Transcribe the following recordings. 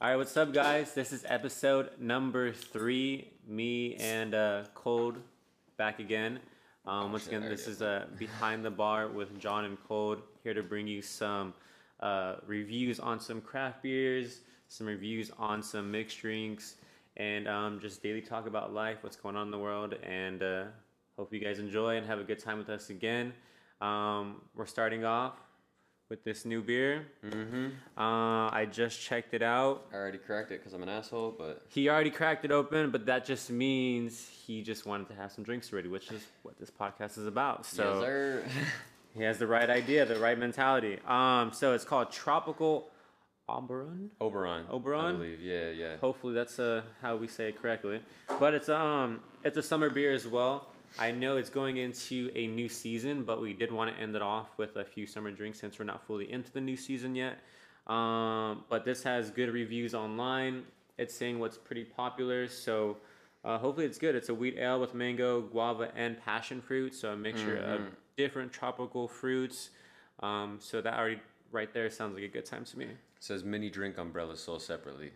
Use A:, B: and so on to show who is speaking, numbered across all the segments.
A: All right, what's up, guys? This is episode number three. Me and uh, Cold back again. Um, once
B: shit,
A: again,
B: there
A: this
B: you
A: is uh, Behind the Bar with John and Cold, here to bring you some uh, reviews on some craft beers, some reviews on some mixed drinks, and um, just daily talk about life, what's going on in the world, and uh, hope you guys enjoy and have a good time with us again. Um, we're starting off with this new beer.
B: Mm-hmm.
A: Uh, I just checked it out.
B: I already cracked it because I'm an asshole, but
A: He already cracked it open, but that just means he just wanted to have some drinks ready, which is what this podcast is about.
B: yes,
A: So
B: sir.
A: he has the right idea, the right mentality. Um, so it's called Tropical Oberon.
B: Oberon.
A: Oberon?
B: I believe. Yeah, yeah.
A: Hopefully that's uh, how we say it correctly. But it's um it's a summer beer as well. I know it's going into a new season, but we did want to end it off with a few summer drinks since we're not fully into the new season yet. Um, but this has good reviews online. It's saying what's pretty popular, so uh, hopefully it's good. It's a wheat ale with mango, guava, and passion fruit, so a mixture of different tropical fruits. Um, so that already right there sounds like a good time to me.
B: It says mini drink umbrellas sold separately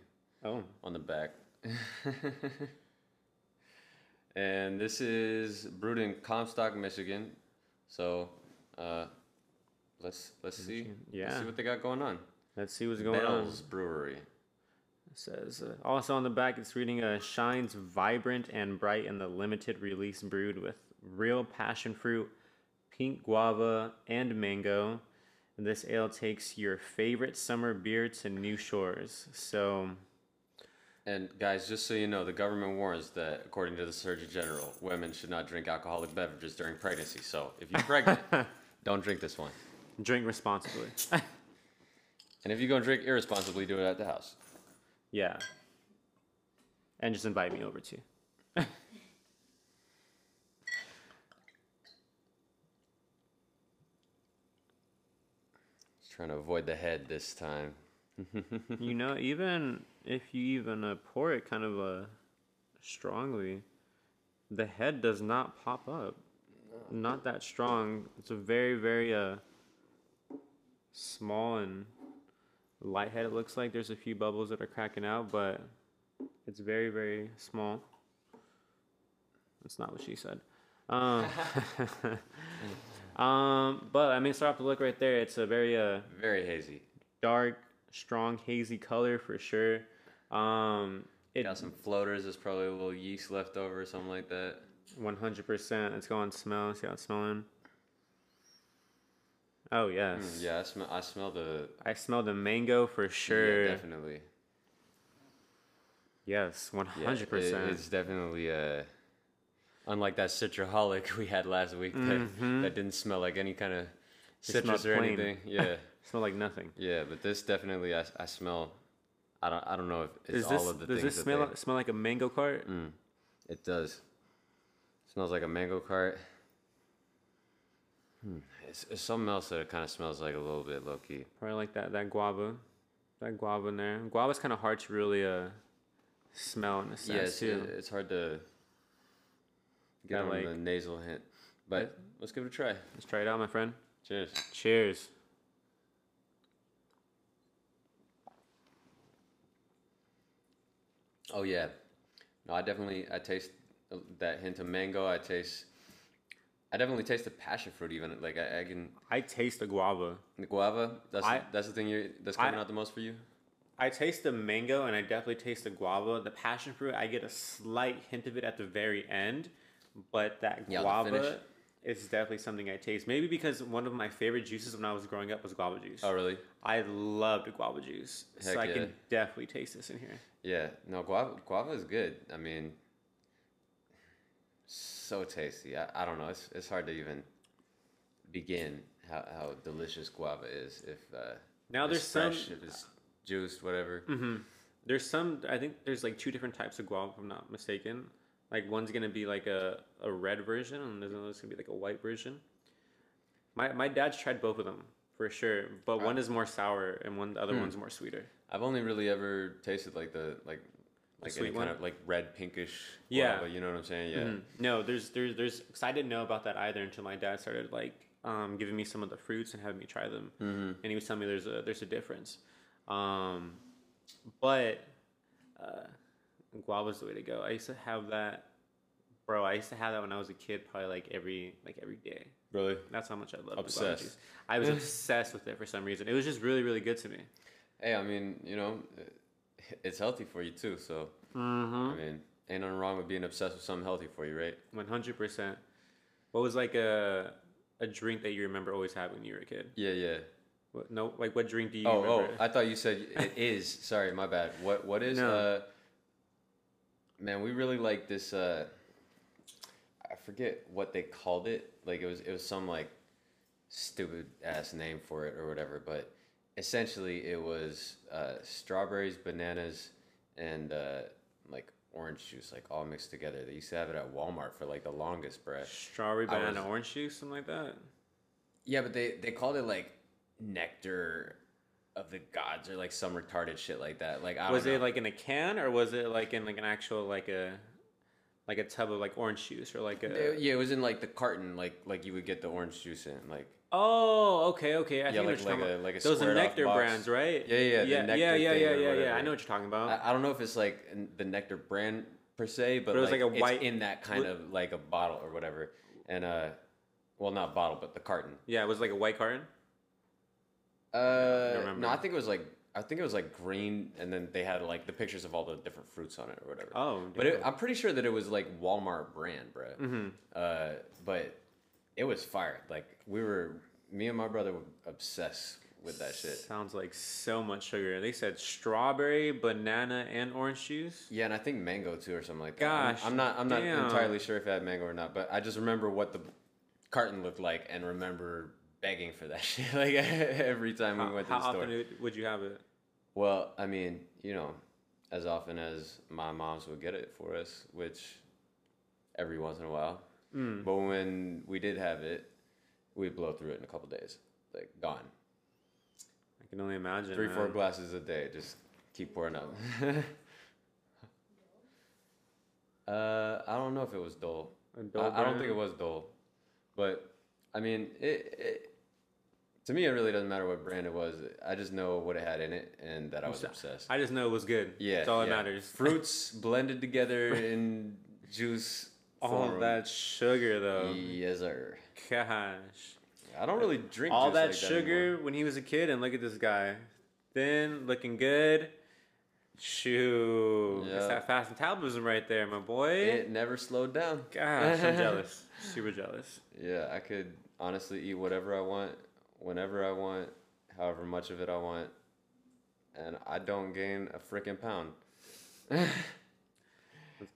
A: Oh,
B: on the back. and this is brewed in Comstock, Michigan. So, uh, let's let's see. Let's
A: Yeah.
B: see what they got going on.
A: let's see what's going on.
B: Bell's Brewery.
A: says uh, also on the back it's reading uh, shines vibrant and bright in the limited release brewed with real passion fruit pink guava and mango and this ale takes your favorite summer beer to new shores so
B: And guys, just so you know, the government warns that, according to the Surgeon General, women should not drink alcoholic beverages during pregnancy. So if you're pregnant, don't drink this one.
A: drink responsibly
B: And if you're gonna drink irresponsibly, do it at the house.
A: yeah and just invite me over too
B: Just trying to avoid the head this time.
A: you know even if you even uh, pour it kind of uh, strongly the head does not pop up not that strong it's a very very uh small and light head it looks like there's a few bubbles that are cracking out but it's very very small that's not what she said um, um but i mean start off the look right there it's a very uh
B: Very hazy.
A: dark, strong, hazy color for sure. Um, it
B: Got some floaters. There's probably a little yeast left over or something like that.
A: 100%. Let's go on smell. See how it's smelling. Oh yes,
B: Mm, yeah, I smell. I smell the.
A: I smell the mango for sure.
B: Yeah, definitely.
A: yes,
B: Yeah,
A: 100%.
B: it- it's definitely uh, unlike that citraholic we had last week that, that didn't smell like any kind of
A: Mm-hmm.
B: citrus
A: smelled
B: or
A: plain.
B: anything. Yeah,
A: smell like nothing.
B: yeah. But this definitely, I, s- I smell. I don't. I don't know if it's
A: Is
B: all
A: this,
B: of the
A: does this
B: things that
A: smell
B: they- Mm.
A: like- smell like a mango cart?
B: It does. smells like a mango cart. Hmm. It's, it's something else that it kind of smells like a little bit low key.
A: Probably like that that guava, that guava in there. Guava's kind of hard to really uh smell in a sense
B: Yeah, it's,
A: too.
B: it- it's hard to get
A: Kinda
B: on
A: like-
B: the nasal hint, but let's give it a try.
A: Let's try it out, my friend.
B: Cheers.
A: Cheers.
B: Oh yeah, no, I definitely I taste that hint of mango. I taste, I definitely taste the passion fruit even. Like I, I can
A: I taste the guava.
B: the guava. That's
A: I-
B: that's the thing you're, that's
A: I-
B: coming out the most for you.
A: I taste the mango and I definitely taste the guava. The passion fruit, I get a slight hint of it at the very end, but that
B: Yeah, the finish.
A: guava is definitely something I taste. Maybe because one of my favorite juices when I was growing up was guava juice.
B: Oh really?
A: I loved guava juice, so
B: Heck
A: I
B: yeah.
A: can definitely taste this in here.
B: Yeah, no, guava, guava is good. I mean, so tasty. I, I don't know. It's, it's hard to even begin how, how delicious guava is if uh,
A: Now
B: if
A: there's
B: it's
A: some- Mm-hmm.
B: fresh, if it's juiced, whatever.
A: There's some. I think there's like two different types of guava, if I'm not mistaken. Like one's gonna be like a, a red version, and there's another's gonna be like a white version. My my dad's tried both of them for sure, but one is more sour and one the other one's more sweeter.
B: I've only really ever tasted like the like like any
A: sweet one?
B: kind of like red pinkish
A: Yeah. Mm-hmm.
B: guava. You know what I'm saying? Yeah.
A: Mm. No, there's there's there's because I didn't know about that either until my dad started like um, giving me some of the fruits and having me try them, and he was telling me there's a there's a difference. Um, but uh, guava's the way to go. I used to have that, bro. I used to have that when I was a kid, probably like every like every day.
B: Really?
A: That's how much I loved guava
B: Obsessed.
A: juice. I was obsessed with it for some reason. It was just really really good to me.
B: Hey, I mean, you know, it's healthy for you too. So, I mean, ain't nothing wrong with being obsessed with something healthy for you, right?
A: One hundred percent. What was like a a drink that you remember always having when you were a kid?
B: Yeah, yeah.
A: What, no, like what drink do you?
B: Oh, oh,
A: remember?
B: I thought you said it is. Sorry, my bad. What, what is?
A: No.
B: Uh, man, we really like this. Uh, I forget what they called it. Like it was, it was some like stupid ass name for it or whatever. But essentially, it was uh, strawberries, bananas, and uh, like orange juice, like all mixed together. They used to have it at Walmart for like the longest, bruh.
A: strawberry
B: I
A: banana
B: was-
A: orange juice, something like that.
B: Yeah, but they they called it like nectar of the gods or like some retarded shit like that. Like I
A: was
B: don't know.
A: it like in a can or was it like in like an actual like a like a tub of like orange juice or like a
B: It- yeah, it was in like the carton, like like you would get the orange juice in, like
A: oh okay okay I
B: Yeah,
A: think like,
B: like- like
A: like
B: a- like a
A: those are
B: squared off
A: nectar
B: box.
A: brands right
B: Yeah, yeah, the
A: yeah yeah
B: nectar
A: yeah
B: thing
A: yeah yeah,
B: or
A: yeah I
B: whatever.
A: know what you're talking about
B: I, I don't know if it's like in the nectar brand per se, but,
A: But it was,
B: like,
A: like, a
B: it's
A: white-
B: in that kind
A: li-
B: of like a bottle or whatever, and uh, well not bottle but the carton.
A: yeah it was like a white carton
B: Uh,
A: remember.
B: no, I think it was like I think it was like green, and then they had like the pictures of all the different fruits on it or whatever.
A: oh
B: But it,
A: damn.
B: I'm pretty sure that it was like Walmart brand, bro.
A: Mm-hmm.
B: Uh, but it was fire. Like we were, me and my brother were obsessed with that shit.
A: sounds like so much sugar they said strawberry banana and orange juice
B: Yeah, and I think mango too or something like that. I'm-
A: Gosh,
B: I'm, not, I'm not
A: damn.
B: entirely sure if it had mango or not, but I just remember what the carton looked like and remember begging for that shit like every time we
A: how,
B: went to
A: how
B: the store.
A: often would- would you have it
B: Well, I mean, you know, as often as my moms would get it for us, which every once in a while.
A: Hmm, Mm-hmm.
B: But when we did have it, we'd blow through it in a couple days. Like gone.
A: I can only imagine
B: Three, four
A: man.
B: glasses a day, just keep pouring up. uh, I don't know if it was dull.
A: A dull
B: I, I don't think it
A: brand?
B: was dull, but I mean, it, it. To me, it really doesn't matter what brand it was. I just know what it had in it, and that I was obsessed.
A: I just know it was good
B: Yeah,
A: that's all that
B: yeah.
A: matters
B: Fruits blended together in juice.
A: all
B: form.
A: that sugar though
B: Yes, sir.
A: gosh
B: I don't really drink
A: all
B: juice
A: that
B: like
A: sugar
B: anymore.
A: when he was a kid and look at this guy thin looking good shoot it's
B: Yeah.
A: that fast metabolism right there my boy
B: It never slowed down.
A: gosh i'm jealous super jealous
B: Yeah, I could honestly eat whatever I want, whenever I want, however much of it I want, and I don't gain a freaking pound.
A: That's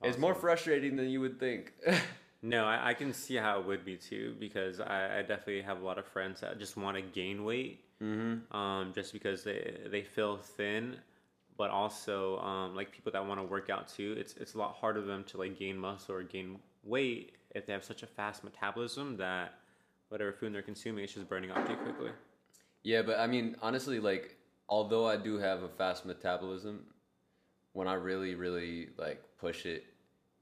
B: It's more
A: awesome.
B: frustrating than you would think.
A: no I, I can see how it would be too because i, I definitely have a lot of friends that just want to gain weight mm-hmm. um, just because they they feel thin but also um, like people that want to work out too it's it's a lot harder for them to like gain muscle or gain weight if they have such a fast metabolism that whatever food they're consuming is just burning off too quickly
B: Yeah, but I mean, honestly, like, although I do have a fast metabolism, when I really, really like push it,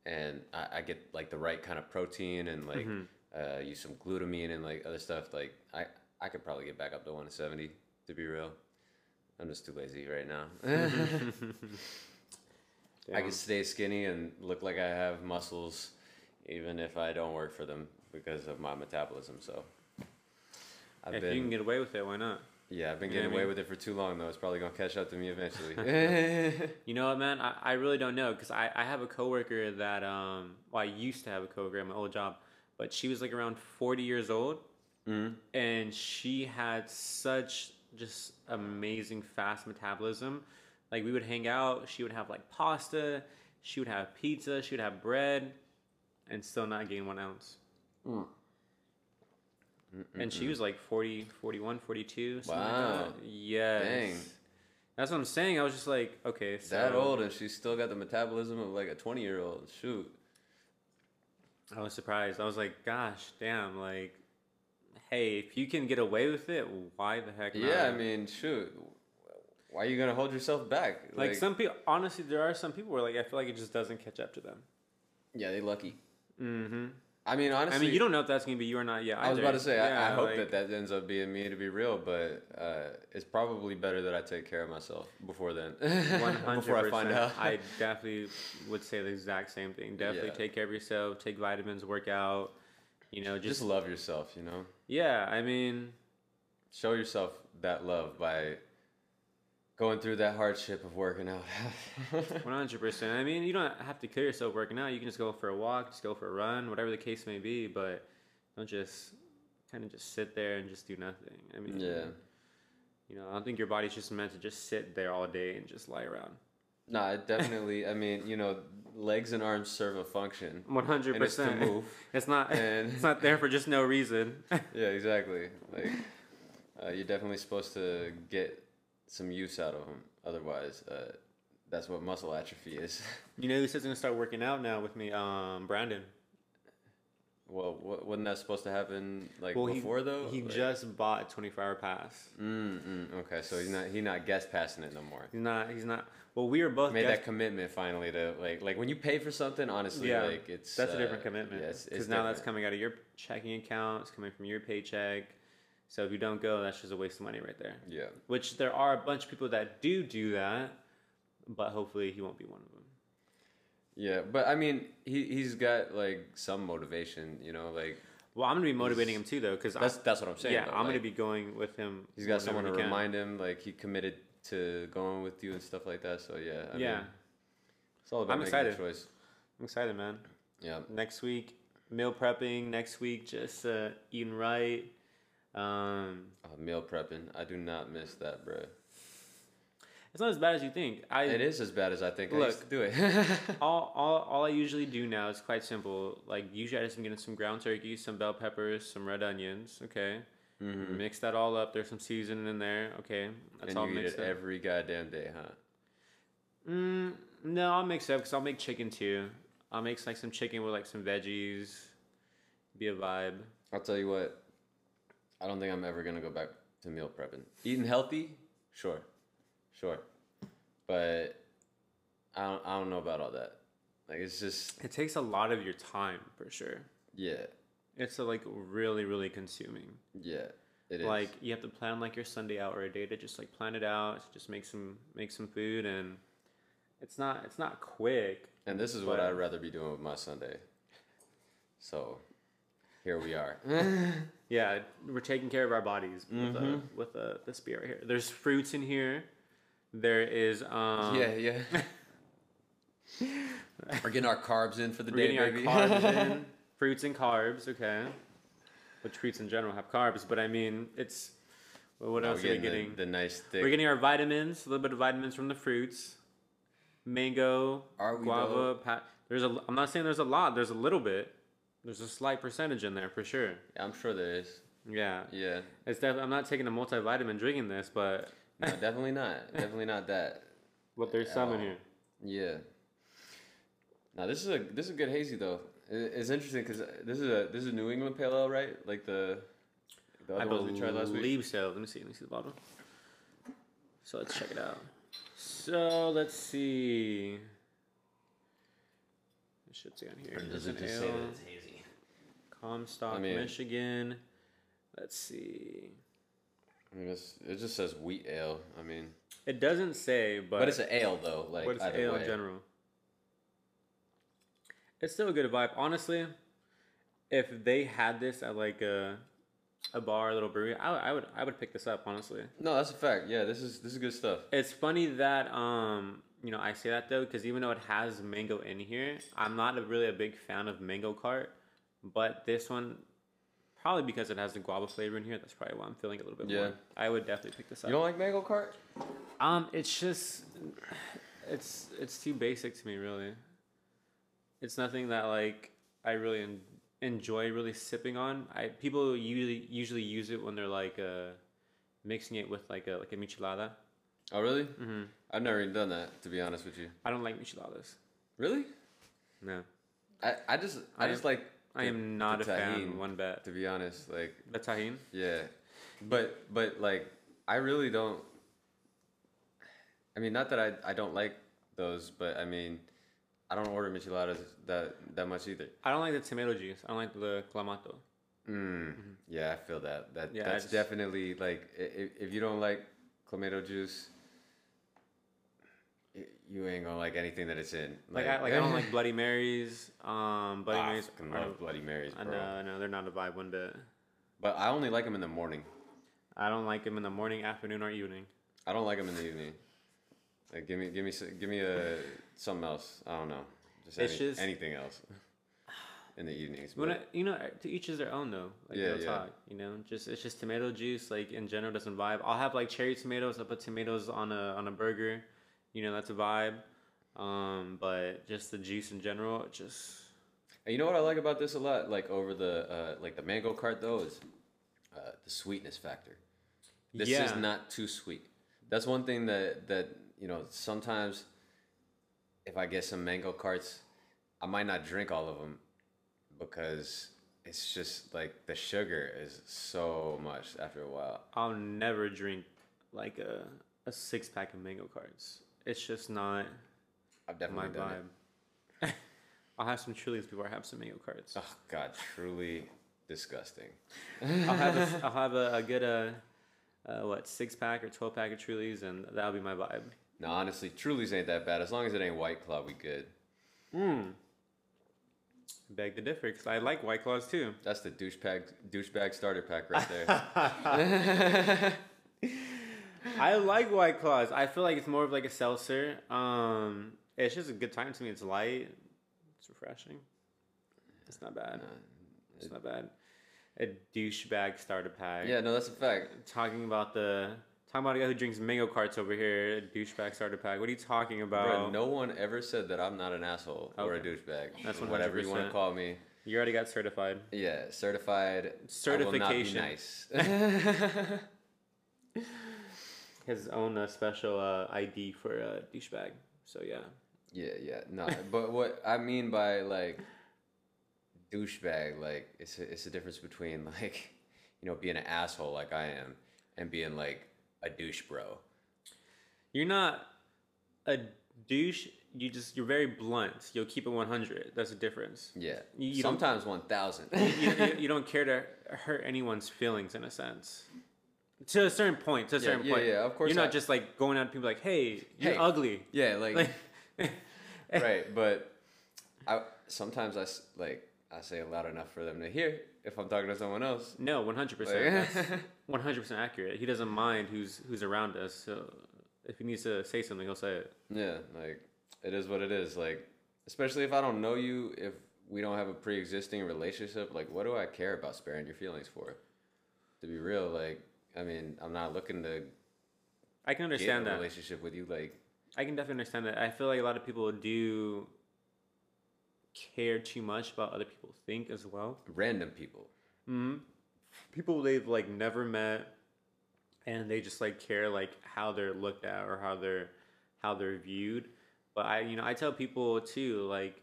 B: and I, I get like the right kind of protein and like
A: Mm-hmm.
B: uh, use some glutamine and like other stuff, like I I could probably get back up to 170 to be real. I'm just too lazy right now. I
A: Damn.
B: can stay skinny and look like I have muscles, even if I don't work for them because of my metabolism. So. I've
A: if you can get away with it why not
B: yeah, I've been
A: You know
B: getting
A: what I
B: away
A: mean?
B: with it for too long though. It's probably gonna catch up to me eventually.
A: You know what, man? I, I really don't know because I, I have a coworker that um well I used to have a coworker at my old job, but she was like around forty years old,
B: Mm-hmm.
A: and she had such just amazing fast metabolism. Like we would hang out, she would have like pasta, she would have pizza, she would have bread, and still not gain one ounce.
B: Hmm.
A: And she was like 40, 41, 42, something
B: Wow.
A: like that. Yes.
B: Dang.
A: That's what I'm saying. I was just like, okay, so
B: that old, and she's still got the metabolism of like a twenty-year-old. Shoot.
A: I was surprised. I was like, gosh, damn, like, hey, if you can get away with it, why the heck not?
B: Yeah, I mean, shoot. Why are you gonna hold yourself back?
A: like, some people, honestly, there are some people where, like, I feel like it just doesn't catch up to them.
B: Yeah, they lucky.
A: Mm hmm.
B: I mean, honestly,
A: I mean, you don't know if that's gonna be you or not yet.
B: Mm-hmm. I was about
A: either.
B: to say, I, I
A: Yeah,
B: hope
A: like-
B: that that ends up being me to be real, but uh, it's probably better that I take care of myself before then.
A: One hundred
B: before I find out.
A: percent. I definitely would say the exact same thing. Definitely
B: Yeah.
A: take care of yourself. Take vitamins. Work out. You know,
B: just
A: just,
B: love yourself, you know?
A: yeah. I mean,
B: Show yourself that love by going through that hardship of working out.
A: one hundred percent. I mean, you don't have to kill yourself working out. You can just go for a walk, just go for a run, whatever the case may be. But don't just kind of just sit there and just do nothing. I mean,
B: yeah.
A: You know, I don't think your body's just meant to just sit there all day and just lie around.
B: No, it definitely, I mean, you know, legs and arms serve a function.
A: One hundred
B: And it's to
A: percent.
B: move.
A: It's not.
B: And-
A: It's not there for just no reason.
B: Yeah, exactly. Like, uh, you're definitely supposed to get some use out of them. Otherwise, uh, that's what muscle atrophy is.
A: You know who says he's gonna start working out now with me? Um, Brandon.
B: well, w- wasn't that supposed to happen like
A: Well, he-
B: before though?
A: He
B: Like-
A: just bought a 24 hour pass.
B: Mm, mm, okay, so he's not he not guest passing it no more.
A: He's not. He's not. Well, we were both.
B: Made
A: guest-
B: that commitment finally to like like when you pay for something, honestly,
A: Yeah,
B: like it's
A: that's a
B: uh,
A: different commitment.
B: Yeah, it's,
A: Because
B: it's
A: now that's
B: different.
A: coming out of your checking account. It's coming from your paycheck. So if you don't go, that's just a waste of money right there.
B: yeah.
A: Which there are a bunch of people that do do that, but hopefully he won't be one of them.
B: Yeah, but I mean, he he's got like some motivation, you know, like
A: Well, I'm gonna be motivating him too, though, because
B: that's that's what I'm saying.
A: yeah,
B: though,
A: I'm gonna
B: like,
A: be going with him.
B: He's got
A: whenever
B: someone to
A: he can.
B: remind him, like he committed to going with you and stuff like that. So yeah, I
A: Yeah,
B: mean, it's all about
A: I'm
B: making the
A: excited.
B: choice.
A: I'm excited, man.
B: Yeah,
A: next week meal prepping next week just uh, eating right um,
B: oh, meal prepping. I do not miss that, bro.
A: it's not as bad as you think i
B: It is as bad as I think. I used
A: Look.
B: to do it.
A: all, all, all i usually do now is quite simple like usually i just am getting some ground turkey some bell peppers some red onions okay mix that all up there's some seasoning in there okay that's
B: Mm-hmm. and
A: all
B: you eat
A: mixed
B: it
A: up
B: every goddamn day, huh?
A: mm, no i'll mix it up because i'll make chicken too i'll make like some chicken with like some veggies be a vibe
B: I'll tell you what. I don't think I'm ever gonna go back to meal prepping. Eating healthy, sure, sure, but I don't. I don't know about all that. Like it's just
A: it takes a lot of your time for sure
B: yeah,
A: it's uh, like really really consuming
B: yeah. It is
A: like you have to plan like your Sunday out or a day to just like plan it out, just make some make some food and it's not it's not quick.
B: And this is what
A: But-
B: I'd rather be doing with my Sunday. So here we are.
A: Yeah, we're taking care of our bodies with uh
B: Mm-hmm.
A: with uh this beer right here. There's fruits in here. There is um
B: yeah, yeah. We're getting our carbs in for the
A: we're
B: day,
A: getting our
B: baby.
A: carbs in. Fruits and carbs, okay. Which fruits in general have carbs, but I mean it's well, what
B: Now
A: else
B: we're
A: are we getting?
B: The, the nice thick.
A: we're getting our vitamins, a little bit of vitamins from the fruits. Mango,
B: Are we
A: guava,
B: though?
A: pa- there's a I'm not saying there's a lot, there's a little bit. There's a slight percentage in there for sure.
B: I'm sure there is.
A: Yeah.
B: Yeah.
A: It's def- I'm not taking a multivitamin drinking this, but
B: No, definitely not. Definitely not that.
A: but there's some in here.
B: Yeah. Now this is a this is a good hazy though. I- It's interesting because this is a this is a New England pale ale, right? Like the the other
A: I
B: ones we tried last week.
A: believe so. Let me see. Let me see the bottle. So let's check it out. So let's see. It should see on here. There's an ale.
B: hazy?
A: Comstock,
B: I mean-
A: Michigan. Let's see.
B: I mean, it's, it just says wheat ale. I mean,
A: It doesn't say, but,
B: but it's an ale though. Like
A: but it's
B: either
A: ale
B: way.
A: in general. It's still a good vibe, honestly. If they had this at like a a bar, a little brewery, I, I would I would pick this up honestly.
B: No, that's a fact. Yeah, this is this is good stuff.
A: It's funny that um you know I say that though because even though it has mango in here, I'm not a, really a big fan of mango cart, but this one. Probably because it has the guava flavor in here. That's probably why I'm feeling it a little bit
B: Yeah.
A: more. I would definitely pick this up.
B: You don't like mango cart?
A: Um, it's just, it's it's too basic to me, really. It's nothing that like I really en- enjoy really sipping on. I people usually usually use it when they're like uh, mixing it with like a like a michelada.
B: Oh, really? Mm-hmm. I've never even done that, to be honest with you.
A: I don't like micheladas.
B: Really?
A: No,
B: I, I just I,
A: I
B: just
A: am-
B: like
A: I
B: the-
A: am not a
B: the
A: fan
B: tahini,
A: one bit.
B: to be honest. Like
A: The tahine.
B: yeah, but but like I really don't. I mean, not that I I don't like those, but I mean, I don't order micheladas that that much either.
A: I don't like the tomato juice. I don't like the clamato.
B: Mm. Yeah, I feel that. That
A: Mm-hmm. Yeah, I
B: that's
A: just-
B: definitely like if, if you don't like clamato juice, y- you ain't gonna like anything that it's in.
A: Like I, like I don't like Bloody Marys. Um, Bloody
B: Ah,
A: Marys.
B: fucking
A: are-
B: love Bloody Marys,
A: I
B: bro.
A: know, no, they're not a vibe one bit.
B: But I only like them in the morning.
A: I don't like them in the morning, afternoon, or evening.
B: I don't like them in the evening. Like, give me, give me, s- give me a something else. I don't know. Just,
A: It's
B: any-
A: just-
B: anything else in the evenings.
A: When
B: but-
A: I- you know, er, to each is their own though. Like
B: Yeah,
A: real
B: yeah.
A: talk, you know, just it's just tomato juice. Like in general, doesn't vibe. I'll have like cherry tomatoes. I will put tomatoes on a on a burger. You know, that's a vibe. Um, but just the juice in general, it just
B: And you know what I like about this a lot, like over the uh, like the mango cart though, is uh, the sweetness factor. This is
A: Yeah.
B: not too sweet. That's one thing that that you know sometimes if I get some mango carts, I might not drink all of them because it's just like the sugar is so much after a while.
A: I'll never drink like a a six pack of mango cards. It's just not
B: I've
A: my
B: definitely done it.
A: vibe. I'll have some Trulies before I have some mango cards.
B: Oh God, truly disgusting.
A: I'll have a, I'll have a, a good uh, uh, what six pack or twelve pack of Trulies, and that'll be my vibe.
B: No, honestly, Truly's ain't that bad. As long as it ain't White Claw, we good.
A: Mm. Beg to differ, because I like White Claws too.
B: That's the douchebag douchebag starter pack right there.
A: I like White Claws. I feel like it's more of like a seltzer. Um, it's just a good time to me. It's light. It's refreshing. It's not bad. It's not bad. A douchebag starter pack.
B: yeah, no, that's a fact.
A: Talking about the talking about a guy who drinks mango carts over here. A douchebag starter pack. What are you talking about?
B: Bro, no one ever said that I'm not an asshole or a
A: Oh. Okay.
B: douchebag.
A: That's
B: whatever you want to
A: 100%.
B: call me.
A: You already got certified.
B: Yeah, certified.
A: Certification.
B: I will not be nice.
A: His own uh, special uh, ID for uh, douchebag. So yeah.
B: yeah, yeah, no. But what I mean by like douchebag, like it's a, it's a difference between like you know being an asshole like I am and being like a douche bro.
A: You're not a douche. You just you're very blunt. You'll keep it 100. That's the difference.
B: Yeah,
A: You- you don't-
B: sometimes one thousand.
A: You, you, you don't care to hurt anyone's feelings in a sense. To a certain point. To a
B: Yeah,
A: certain
B: yeah,
A: point.
B: yeah, of course
A: You're not
B: I-
A: just like going out to people like, "Hey, you're
B: Hey.
A: ugly."
B: yeah, like
A: Like,
B: right but i sometimes i s- like i say it loud enough for them to hear if i'm talking to someone else
A: no, 100.
B: Like-
A: percent One hundred percent accurate. He doesn't mind who's who's around us. So if he needs to say something, he'll say it.
B: yeah like it is what it is like especially if i don't know you if we don't have a pre-existing relationship like what do i care about sparing your feelings for to be real like i mean i'm not looking to
A: I can
B: get in
A: understand
B: a
A: that.
B: relationship with you like
A: I can definitely understand that. I feel like a lot of people do care too much about other people think as well.
B: random people
A: Mm-hmm. People they've like never met, and they just like care like how they're looked at or how they're how they're viewed. But I, you know, I tell people too like,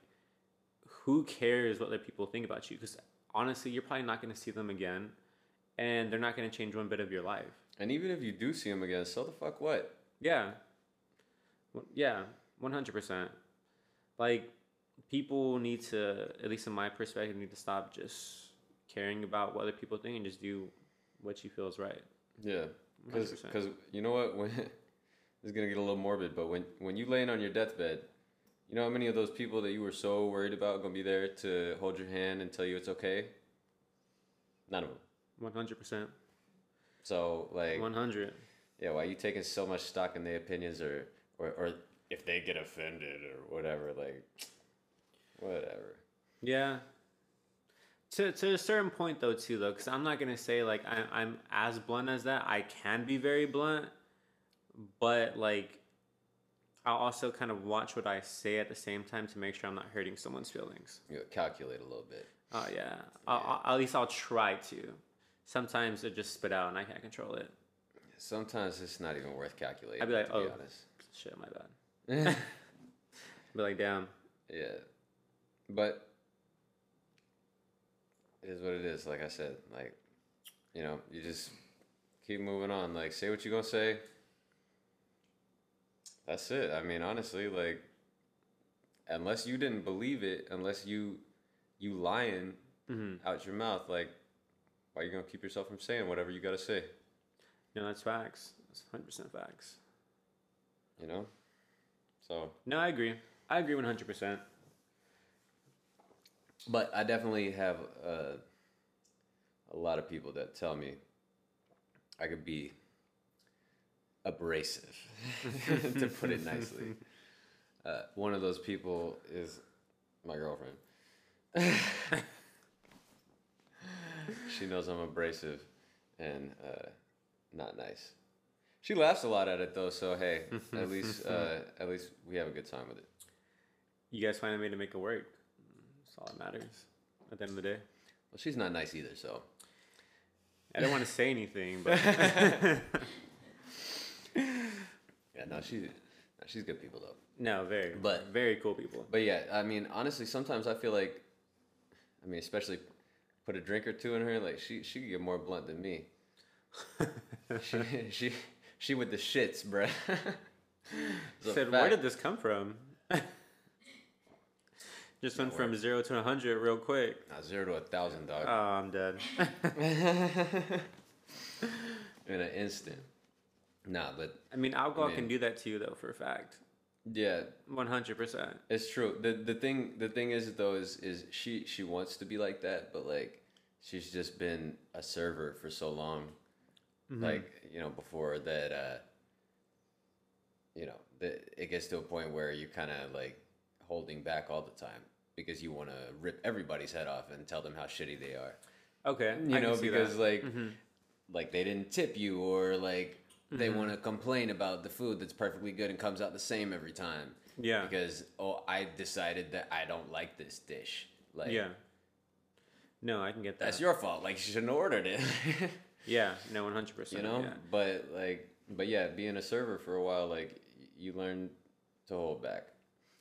A: who cares what other people think about you? Because honestly, you're probably not going to see them again, and they're not going to change one bit of your life.
B: and even if you do see them again so the fuck what
A: Yeah. Wh- Yeah, 100%. Like, people need to, at least in my perspective, need to stop just caring about what other people think and just do what you feel is right.
B: Yeah, because
A: 100%.
B: you know what, when this is gonna get a little morbid, but when when you laying on your deathbed, you know how many of those people that you were so worried about gonna be there to hold your hand and tell you it's okay? None of them.
A: 100%.
B: So like,
A: 100.
B: yeah, why you taking so much stock in their opinions or or or if they get offended or whatever? Like, whatever.
A: Yeah. To, to a certain point, though, too, though, because I'm not going to say, like, I, I'm as blunt as that. I can be very blunt, but, like, I'll also kind of watch what I say at the same time to make sure I'm not hurting someone's feelings.
B: You know, calculate a little bit.
A: Oh yeah. I'll, I'll, at least I'll try to. Sometimes it just spit out and I can't control it.
B: Sometimes it's not even worth calculating.
A: I'd be like,
B: to be
A: "Oh."
B: honest.
A: Shit, my bad. But like, damn.
B: Yeah. But it is what it is, like I said. Like, you know, you just keep moving on. Like, say what you're going to say. That's it. I mean, honestly, like, unless you didn't believe it, unless you you lying
A: Mhm.
B: out your mouth, like why you gonna keep yourself from saying whatever you gotta say?
A: No, that's facts. That's 100% facts.
B: You know? So
A: No, I agree. I agree 100%.
B: But I definitely have uh, a lot of people that tell me I could be abrasive, to put it nicely. Uh, one of those people is my girlfriend. she knows I'm abrasive and uh, not nice. She laughs a lot at it though, so hey, at least uh, at least we have a good time with it.
A: You guys find a way to make it work. That's all that matters at the end of the day.
B: Well, she's not nice either, so
A: I don't want to say anything, but
B: yeah, no, she, no, she's good people though.
A: no, very,
B: But-
A: very cool people.
B: But yeah, I mean, honestly, sometimes I feel like, I mean, especially put a drink or two in her, like she she could get more blunt than me. she, she she with the shits, bruh. It's a
A: said, where
B: fact.
A: did this come from? Just went from zero to 100 real quick.
B: Nah, zero to a thousand,
A: Oh,
B: dog,
A: I'm dead.
B: in an instant. Nah, but
A: I mean, alcohol
B: Man.
A: can do that to you, though, for a fact.
B: yeah,
A: 100%.
B: It's true. the The thing the thing is though is is she she wants to be like that, but like she's just been a server for so long,
A: Mm-hmm.
B: like you know before that. uh You know that it gets to a point where you're kind of like holding back all the time because you want to rip everybody's head off and tell them how shitty they are.
A: Okay.
B: You
A: I
B: know
A: can see
B: because
A: that. Mm-hmm.
B: like like they didn't tip you or like they
A: Mm-hmm.
B: want to complain about the food that's perfectly good and comes out the same every time
A: yeah.
B: because oh i decided that i don't like this dish like
A: yeah. No, I can get that.
B: that's your fault like you shouldn't have ordered it
A: yeah, no, 100%.
B: you know
A: Yeah.
B: but like but yeah being a server for a while like y- you learn to hold back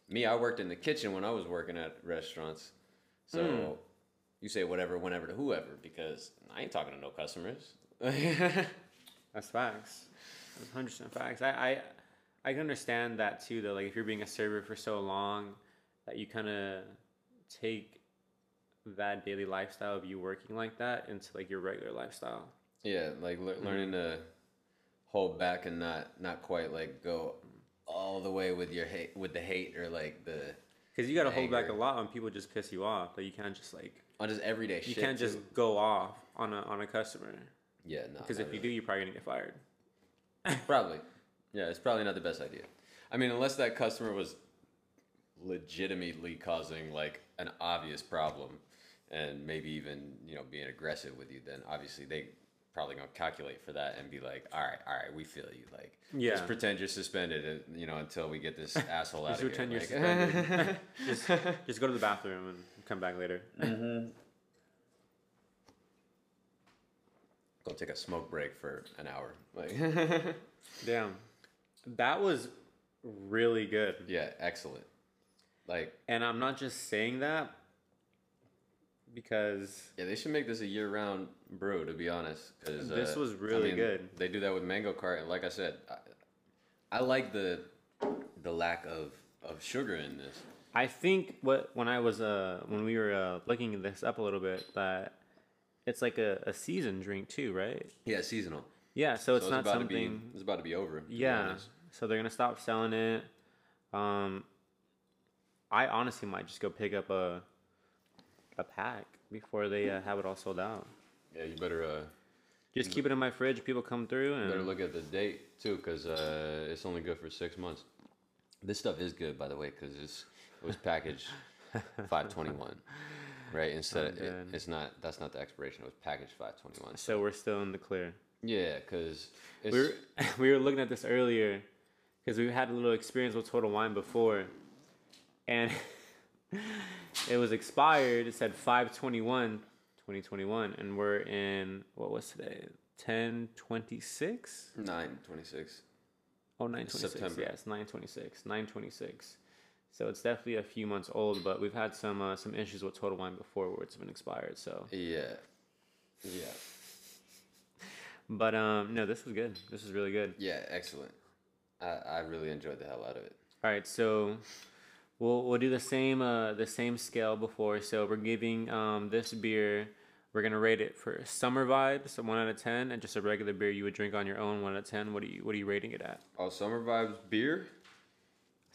B: me i worked in the kitchen when i was working at restaurants so
A: Hmm.
B: you say whatever whenever to whoever because i ain't talking to no customers
A: That's facts. That's hundred percent facts. I, I I can understand that too though. Like if you're being a server for so long that you kinda take that daily lifestyle of you working like that into like your regular lifestyle.
B: Yeah, like le-
A: Hmm.
B: learning to hold back and not not quite like go all the way with your hate with the hate or like the
A: Because you gotta
B: I
A: hold back a
B: agree.
A: lot when people just piss you off. Like you can't just like
B: on just everyday
A: you
B: shit.
A: can't just
B: too.
A: go off on a on a customer.
B: yeah, no.
A: Because if you do you're probably gonna get fired.
B: do, probably yeah, it's probably not the best idea. I mean, unless that customer was legitimately causing like an obvious problem and maybe even you know being aggressive with you, then obviously they probably gonna calculate for that and be like, all right, all right, we feel you. Like,
A: Yeah.
B: just pretend you're suspended, and, you know, until we get this asshole out
A: Just
B: of
A: pretend
B: here.
A: you're
B: like-
A: suspended. just just go to the bathroom and come back later.
B: go take a smoke break for an hour. Like,
A: Damn. That was really good.
B: yeah, excellent. Like,
A: And I'm not just saying that because
B: yeah, they should make this a year-round brew, to be honest. 'cause,
A: This
B: uh,
A: was
B: I
A: really
B: mean,
A: good.
B: They do that with mango cart, and like I said, I, I like the the lack of of sugar in this.
A: I think what when I was uh when we were uh, looking this up a little bit that it's like a, a season drink too, right?
B: Yeah, seasonal.
A: Yeah, so it's
B: So
A: not
B: about
A: something.
B: To be, it's about to be over. to be
A: yeah,
B: honest.
A: so they're gonna stop selling it. Um, I honestly might just go pick up a a pack before they uh, have it all sold out.
B: Yeah, you better uh,
A: Just keep it in my fridge. People come through and
B: better look at the date too, because uh, it's only good for six months. This stuff is good, by the way, because it's it was packaged five twenty one, right? Instead, of, it,
A: dead.
B: it's not that's not the expiration. It was packaged five twenty one.
A: so we're still in the clear.
B: Yeah, because it's
A: we were, we were looking at this earlier because we had a little experience with Total Wine before, and it was expired. It said 521 2021, and we're in what was today? 1026?
B: nine twenty six.
A: Oh, 926.
B: September.
A: Yeah, it's 926. 926. So it's definitely a few months old, but we've had some uh, some issues with Total Wine before where it's been expired. So,
B: Yeah, yeah,
A: but um, no, this was good. This is really good.
B: yeah. Excellent. I I really enjoyed the hell out of it.
A: All right, so We'll we'll do the same uh the same scale before. So we're giving um this beer. We're gonna rate it for summer vibes, one out of ten, and just a regular beer you would drink on your own, one out of ten. What are you What are you rating it at?
B: Oh, summer vibes beer.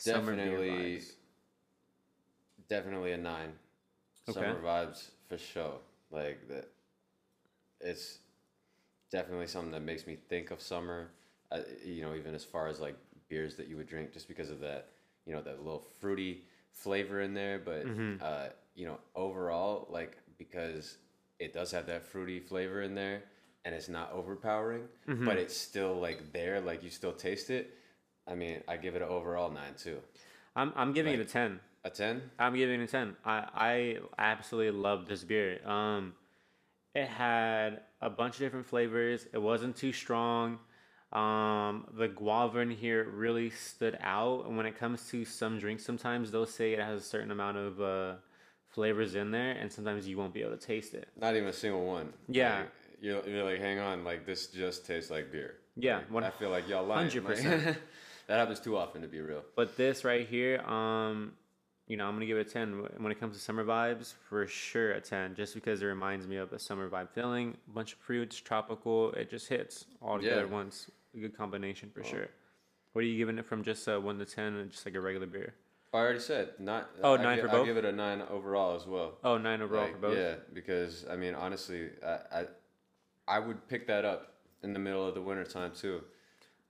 B: Definitely. Definitely a nine.
A: Okay.
B: Summer vibes for sure. Like that. It's definitely something that makes me think of summer. Uh, you know, even as far as like beers that you would drink, just because of that. You know, that little fruity flavor in there, but uh, you know, overall, like because it does have that fruity flavor in there, and it's not overpowering, but it's still like there. Like you still taste it. I mean, I give it an overall nine too.
A: I'm I'm giving it a ten.
B: A ten?
A: I'm giving it a ten. I I absolutely love this beer. Um, it had a bunch of different flavors. It wasn't too strong. Um, the guava in here really stood out. And when it comes to some drinks, sometimes they'll say it has a certain amount of uh, flavors in there, and sometimes you won't be able to taste it.
B: Not even a single one.
A: Yeah.
B: Like, you're, you're like, hang on, like this just tastes like beer.
A: Yeah,
B: Like,
A: one-
B: I feel like y'all lying. Like,
A: 100%.
B: that happens too often to be real.
A: But this right here, um, you know, I'm gonna give it a ten. Wh- When it comes to summer vibes, for sure a ten, just because it reminds me of a summer vibe feeling. bunch of fruits, tropical. It just hits all together
B: Yeah. Oh.
A: at once. A good combination for sure. What are you giving it from just uh, one to ten, and just like a regular beer?
B: I already said not.
A: Oh,
B: I
A: nine
B: gi-
A: for
B: I
A: both?
B: give it a nine overall as well.
A: Oh, nine overall
B: Like,
A: for both.
B: Yeah, because I mean, honestly, I, I I would pick that up in the middle of the winter time too.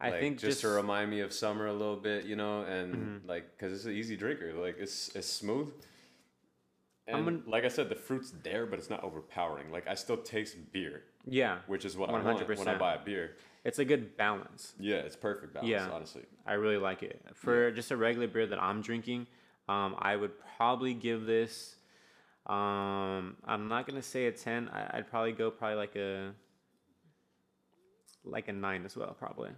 A: I
B: Like,
A: think
B: just,
A: just, Mm-hmm.
B: to remind me of summer a little bit, you know, and like because it's an easy drinker, like it's it's smooth. And
A: I'm gonna-
B: like I said, the fruit's there, but it's not overpowering. Like I still taste beer,
A: yeah,
B: which is what I want when I
A: 100%.
B: buy a beer.
A: it's a good balance.
B: Yeah, it's perfect balance,
A: Yeah.
B: honestly.
A: I really like it. For just a regular beer that I'm drinking, um, I would probably give this. Um, I'm not gonna say a ten. I, I'd probably go probably like a like a nine as well. Probably,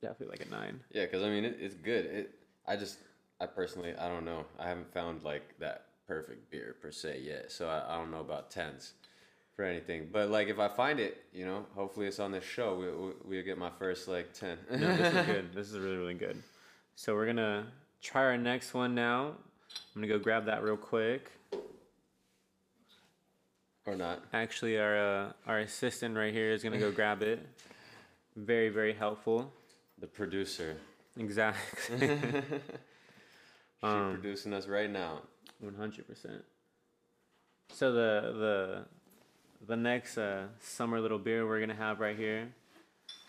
A: definitely like a nine.
B: Yeah, because I mean, it, it's good. It. I just, I personally, I don't know. I haven't found like that perfect beer per se yet, so I, I don't know about tens for anything. But like, if I find it, you know, hopefully it's on this show. We we we'll get my first like ten.
A: No, this is good. This is really really good. So we're gonna try our next one now. I'm gonna go grab that real quick.
B: or not.
A: Actually, our uh, our assistant right here is gonna go grab it. Very very helpful.
B: The producer.
A: Exactly.
B: She's
A: Um,
B: producing us right now.
A: One hundred percent. So the the the next uh, summer little beer we're gonna have right here,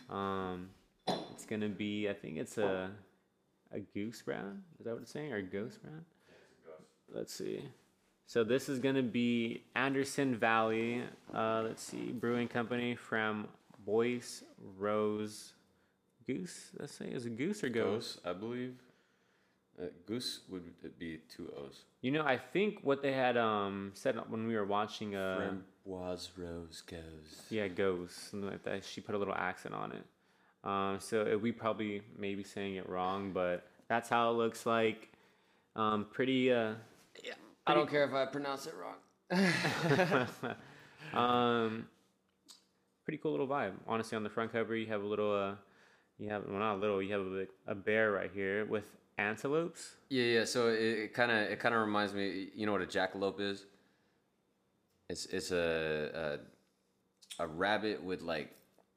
A: um, it's gonna be I think it's a a goose brown. Is that what it's saying or a ghost brown? Let's see. So this is gonna be Anderson Valley. Uh, let's see, brewing company from Boyce Rose Goose. Let's say is it goose or ghost?
B: Goose, I believe. Uh, goose would be two O's.
A: You know, I think what they had um said when we were watching uh.
B: Framboise Rose goes.
A: Yeah, goes something like that. She put a little accent on it. Um, so it, we probably may be saying it wrong, but that's how it looks like. Um, pretty. Uh,
B: I don't care if I pronounce it wrong.
A: um, pretty cool little vibe. Honestly, on the front cover, you have a little. Uh, you have well, not a little. You have a, a bear right here with antelopes.
B: Yeah, yeah. So it kind of it kind of reminds me. You know what a jackalope is? It's it's a a, a rabbit with like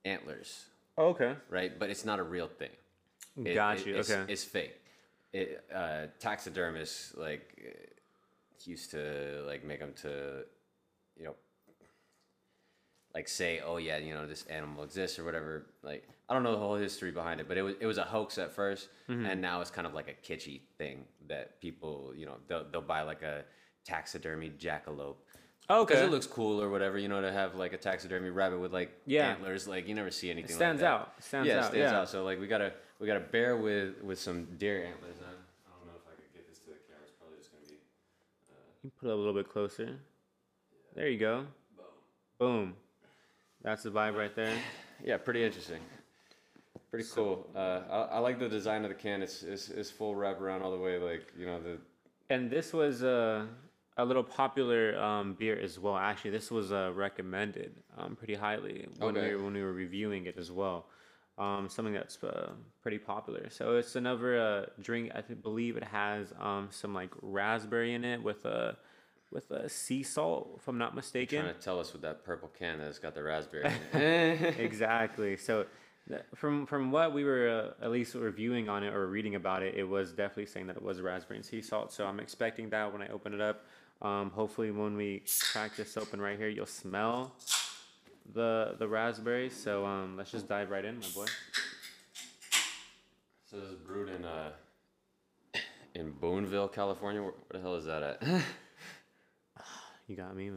B: antlers,
A: Oh, okay.
B: right? But it's not a real thing. It-
A: Got
B: it-
A: you.
B: It's,
A: okay.
B: It's fake. It, uh, taxidermists like eh, used to like make them to, you know, like say, oh yeah, you know, this animal exists or whatever. Like I don't know the whole history behind it, but it was it was a hoax at 1st
A: Mm-hmm.
B: and now it's kind of like a kitschy thing that people, you know, they'll they'll buy like a taxidermy jackalope. Because
A: okay.
B: it looks cool or whatever, you know, to have like a taxidermy rabbit with like
A: Yeah.
B: antlers, like you never see anything. like
A: stands
B: that
A: out. Stands
B: yeah, it
A: out.
B: stands
A: yeah.
B: out. So like we got a we got a bear with with some deer antlers on. I don't know if I could get this to the camera. It's probably just gonna be.
A: You can put it a little bit closer. There you go. Boom. That's the vibe right there.
B: Yeah, pretty interesting. Pretty cool. Uh, I, I like the design of the can. It's, it's it's full wrap around all the way. Like you know the
A: And this was a a little popular um, beer as well. Actually, this was uh, recommended um, pretty highly when
B: Okay.
A: we when we were reviewing it as well. um, something that's uh, pretty popular. So it's another uh, drink. I th- believe it has um, some like raspberry in it with a with a sea salt, if I'm not mistaken.
B: Trying to tell us with that purple can that's got the raspberry. in it.
A: exactly. So th- from from what we were uh, at least reviewing on it or reading about it, it was definitely saying that it was raspberry and sea salt. So I'm expecting that when I open it up. Um, hopefully, when we crack this open right here, you'll smell the the raspberry. So um, let's just dive right in, my boy.
B: so this is brewed in uh in Boonville, California. Where, where the hell is that at?
A: You got me.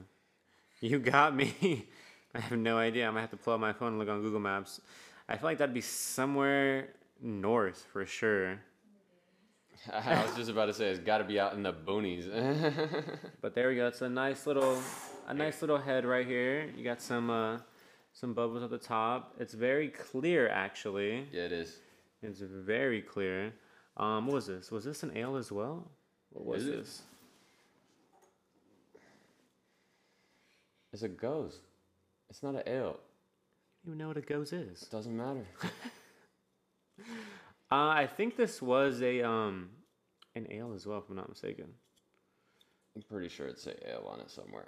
A: You got me. I have no idea. I'm gonna have to pull out my phone and look on Google Maps. I feel like that'd be somewhere north for sure.
B: I was just about to say it's got to be out in the boonies.
A: But there we go. It's a nice little, a nice little head right here. You got some, uh, some bubbles at the top. It's very clear, actually.
B: yeah, it is.
A: It's very clear. Um, what was this? Was this an ale as well? What was
B: Is it?
A: this?
B: It's a ghost. It's not an ale.
A: I don't even know what a goes is.
B: It doesn't matter.
A: Uh, I think this was a um, an ale as well, if I'm not mistaken.
B: I'm pretty sure it's a ale on it somewhere.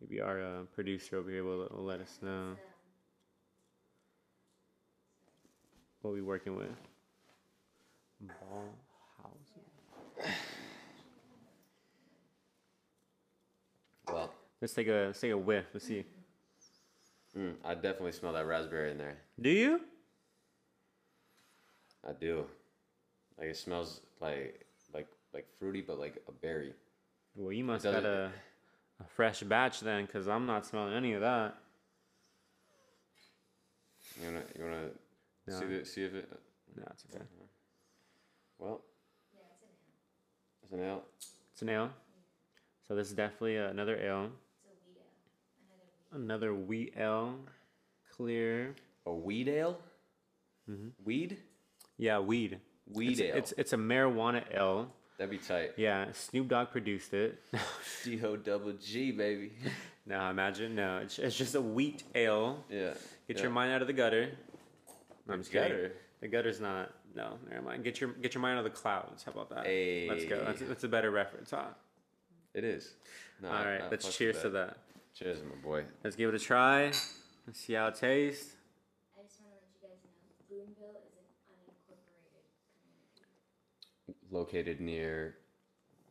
A: Maybe our uh, producer over here will, will let us know what we're working with. Ball house.
B: Well,
A: Let's take a let's take a whiff. Let's see.
B: mm, I definitely smell that raspberry in there.
A: Do you?
B: I do. Like it smells like like like fruity, but like a berry.
A: Well, you must
B: does
A: got
B: it-
A: a, a fresh batch then, because I'm not smelling any of that.
B: You wanna you wanna see
A: No.
B: the, see if it.
A: No, it's okay.
B: Well, it's an ale.
A: It's an ale. So this is definitely uh, another ale. Another wheat ale. Clear.
B: A weed ale.
A: Mhm.
B: Weed.
A: Yeah, weed.
B: Weed
A: it's,
B: ale.
A: It's it's a marijuana ale.
B: That'd be tight.
A: Yeah, Snoop Dogg produced it.
B: D O double G baby.
A: no, imagine no. It's, it's just a wheat ale.
B: yeah.
A: Get
B: yeah.
A: your mind out of the gutter. No,
B: The
A: I'm just kidding.
B: gutter?
A: The gutter's not. No, never mind. Get your get your mind out of the clouds. How about that? Let's go. That's,
B: Ayy.
A: that's a better reference, huh?
B: It is. No,
A: All right,
B: I
A: let's
B: fucks
A: cheers
B: with
A: to that.
B: Cheers, my boy.
A: Let's give it a try. Let's see how it tastes.
C: I just want to let you guys know Boonville is an unincorporated community
B: Located near.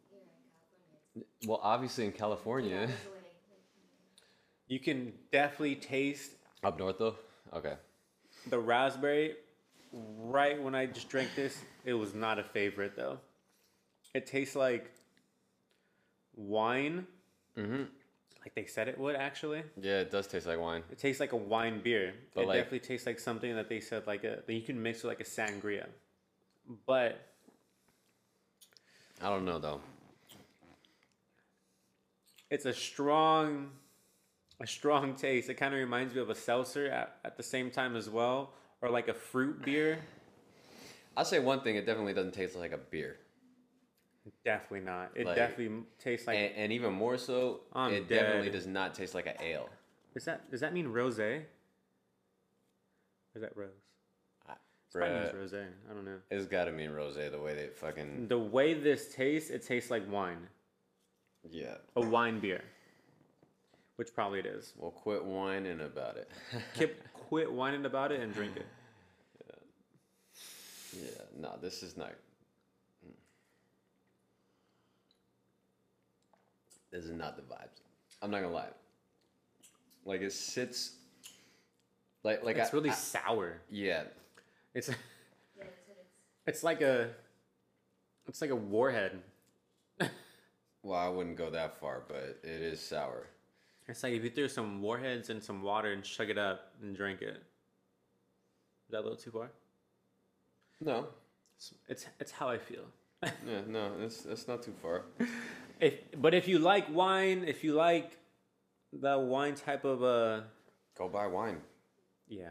C: here in California.
B: Well, obviously in
C: It's
B: California.
C: hours away.
A: You can definitely taste
B: Up north though. Okay.
A: the raspberry. Right when I just drank this, it was not a favorite though. It tastes like wine,
B: Mhm.
A: like they said it would actually.
B: Yeah, it does taste like wine.
A: It tastes like a wine beer.
B: But,
A: it
B: like-
A: definitely tastes like something that they said like a that you can mix with like a sangria. But
B: I don't know though.
A: it's a strong a strong taste. It kind of reminds me of a seltzer at, at the same time as well. Or like a fruit beer.
B: I'll say one thing. It definitely doesn't taste like a beer,
A: Definitely not. It
B: Like- eh.
A: definitely m- tastes like
B: and, and even more so,
A: I'm
B: it definitely
A: dead.
B: does not taste like an ale.
A: Is that does that mean rose? Or is that rose? It's probably means
B: Bruh,
A: rose. I don't know.
B: it's got to mean rosé the way they fucking
A: The way this tastes, it tastes like wine,
B: yeah.
A: a wine beer, which probably it is.
B: Well, quit whining about it.
A: Kip, quit whining about it and drink it.
B: yeah, no, this is not. mm. This is not the vibes. I'm not gonna lie. Like it sits. Like like
A: it's
B: I,
A: really
B: I-
A: sour.
B: yeah.
A: It's
C: Yeah, that's what it's.
A: it's like a it's like a warhead.
B: Well, I wouldn't go that far, but it is sour.
A: It's like if you threw some warheads and some water and chug it up and drink it. Is that a little too far?
B: No,
A: It's it's, it's how I feel.
B: yeah, no, it's that's not too far.
A: If but if you like wine, if you like the wine type of uh
B: Go buy wine.
A: yeah.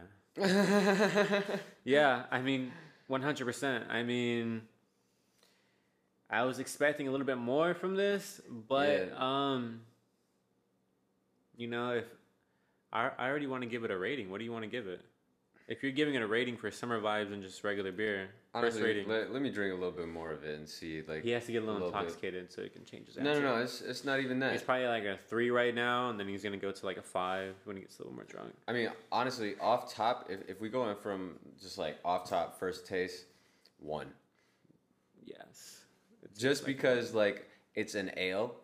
A: Yeah, I mean 100%. I mean I was expecting a little bit more from this, but
B: Yeah.
A: um you know, if I I already want to give it a rating. What do you want to give it? If you're giving it a rating for summer vibes and just regular beer, first
B: Honestly,
A: rating,
B: let, let me drink a little bit more of it and see. Like,
A: he has to get a little,
B: little bit.
A: intoxicated so he can change his answer.
B: no, no, no. It's it's not even that.
A: He's probably like a three right now, and then he's gonna go to like a five when he gets a little more drunk.
B: I mean, honestly, off top, if, if we go in from just like off top first taste, one.
A: Yes. It's
B: Just
A: like-
B: because like it's an ale,